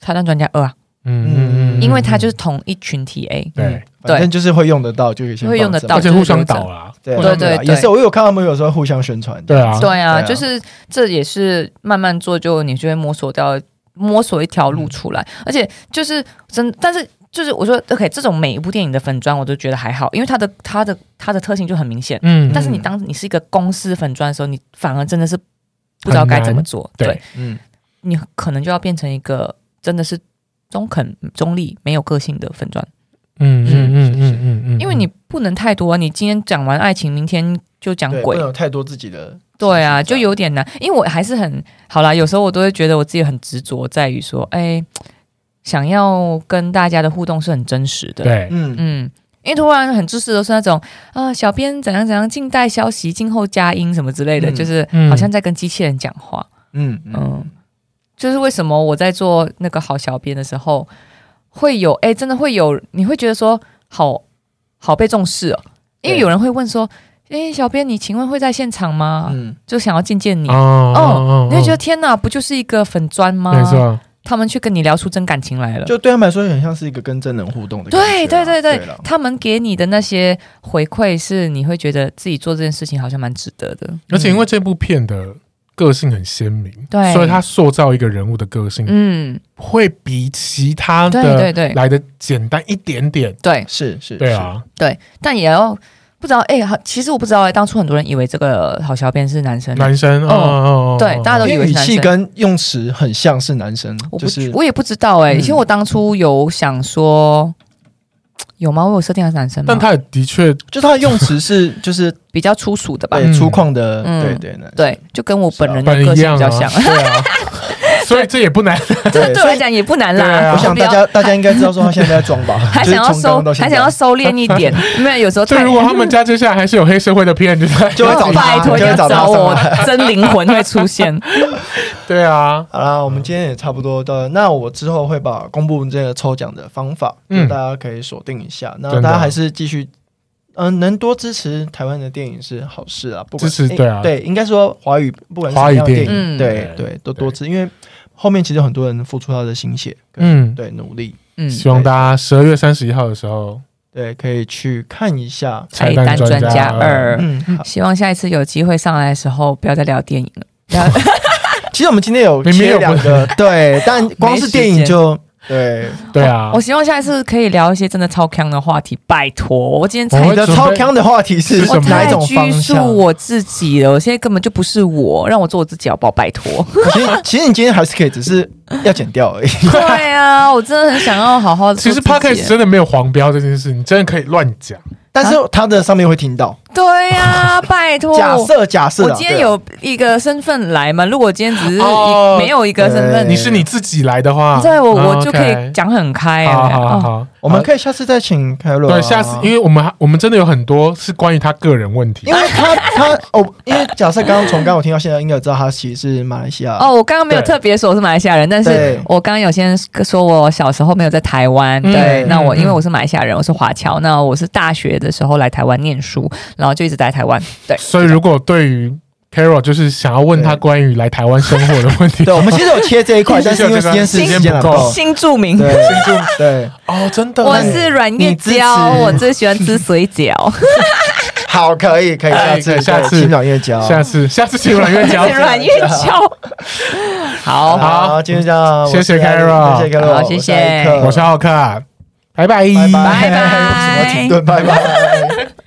《拆弹专家二》啊，
嗯
嗯
因为它就是同一群 TA，
对，
反正就是会用得到，就可以先
会用得
放着
到
而且互相倒啦，
对
互相
对
也是，我有看他们有时候互相宣传。
对啊，
对啊，
对啊
就是这也是慢慢
嗯
做，就你就会摸索掉摸索一条路出来，而且就是真，但是就是我说 OK，这种每一部电影的粉砖我都觉得还好，因为它的它的它的特性就很明显。
嗯
但是你当你是一个公司粉砖的时候，你反而真的是不知道
很
该
难
怎么做。
对
嗯，
你可能就要变成一个真的是中肯、中立、没有个性的粉砖，
嗯嗯嗯
是是
嗯嗯嗯，
因为你不能太多啊。你今天讲完爱情，明天就讲
对，不
鬼
能，有太多自己的
对啊，
情
就
绪
有点难。因为我还是很好啦，有时候我都会觉得我自己很执着，在于说，哎，想要跟大家的互动是很真实的。
对
嗯
嗯，因为突然很自私的是那种啊、小编怎样怎样，静待消息，静候佳音什么之类的，
嗯
就是
嗯
好像在跟机器人讲话。
嗯
嗯，就是为什么我在做那个好小编的时候，会有哎、真的会有，你会觉得说好好被重视哦，因为
对
有人会问说，哎、小编你请问会在现场吗？
嗯，
就想要见见你。
哦哦
你会觉得嗯天哪，不就是一个粉砖吗？
没错，啊
他们去跟你聊出真感情来了。
就对他们来说，很像是一个跟真人互动的感觉
对
啊。
对对
对
对
了，
他们给你的那些回馈是你会觉得自己做这件事情好像蛮值得的。
而且因为这部片的个性很鲜明，
对
所以他塑造一个人物的个性
嗯，
会比其他
对对
的
对
来的简单一点点。
对
是是，
对啊，
对，但也要不知道哎、好其实我不知道哎、当初很多人以为这个好小编是男生，
男生哦哦，哦
对
哦
大家
是，
都
因
以为
为
是
语
男
气
生。
跟用词很像是男生，
我不、
就是
我也不知道哎、
嗯
其实我当初有想说，有吗？我有设定他是男生吗？
但他也的确
就他的用词是 就是
比较粗俗的吧？
对
嗯
粗犷的，
嗯
对对男
对，就跟我本人的
本
个
一
性
样
比
啊，
较像。
对啊，所以这也不难。
这
对
对我来讲也不难
对啊
啦。
我想
不
大
要
家大家应该知道说他现在在装吧，
还
就是
想要
从刚
收
刚到，现
还
在
想要收敛一 点，没有，有时候
就
太
如果他们 家接下来还是有黑社会的片，就是
就会找他，
拜
就
托，
会
要
找他
找
上
我
来。
真灵魂会出现。
对啊，
好啦，我们今天也差不多到了。那我之后会把公布这个抽奖的方法，
嗯
嗯，大家可以锁定一下。那
真的
大家还是继续，嗯、能多支持台湾的电影是好事啊。不管
支持
诶
对啊
对，应该说华语不管是
华语
什么样的
电
电
影嗯
对对，都多支，因为后面其实很多人付出他的心血，嗯，
嗯，
对，努力，
嗯，
希望大家十二月三十一号的时候，
对，可以去看一下。
菜单专家二。
嗯，好
希望下一次有机会上来的时候，不要再聊电影 了。聊
其实我们今天有
明明
切
有
两
不
个，对，但光
没
是
时
电影
间
就对，
对啊
我，希望下一次可以聊一些真的超强的话题，拜托！我今天
我
才
你
会
的
准
超
备
强的话题是
是什
我
么
哪
太
一种方
拘束
向？
我自己了，我现在根本就不是我，让我做我自己好不好？拜托！
其实其实你今天还是可以，只是要剪掉 而已。
对啊，我真的很想要好好。
其实 podcast 真的没有黄标这件事，你真的可以乱讲。
但是他的上面会听到，
对啊，拜托！
假设假设
我
啦，
今天
对啊
有一个身份来嘛？如果我今天只是一
哦
没有一个身份
对
你是你自己来的话，
对我我
嗯
就可以
OK
讲很开、欸。
好好好
哦
好，
我们可以哦下次再请啊凯伦。
对下次，因为我们还我们真的有很多是关于他个人问题
因。为 他他哦，因为假设刚刚从刚刚我听到现在，应该知道他其实是马来西亚
哦，我刚刚没有
对
特别说我是马来西亚人，但是
啊对
我刚刚有先说我小时候没有在台湾。
嗯
对，
嗯
那我
嗯
因为我是马来西亚人，我是华侨，那我是大学的时候来台湾念书，然后就一直在台湾。对，
所以如果对于 Carol 就是想要问他
对
关于来台湾生活的问题，
对，我们其实有切这一 块，但是因为时间是
时间
时间
不
来
够哦
新著 名。
对对，
哦，真的，
我是阮月
你支持
娇，我最喜欢吃水饺，
好，可以可以，下
可
次
以哎下次
请阮月娇。
下次下次请阮月娇，
阮月娇。好，
好，今天这样，
谢谢
我是艾伦
Carol
谢谢 Carol，
好谢谢
艾克
我是浩克，拜拜，
拜拜，
拜 拜
我是摩廷顿，拜拜。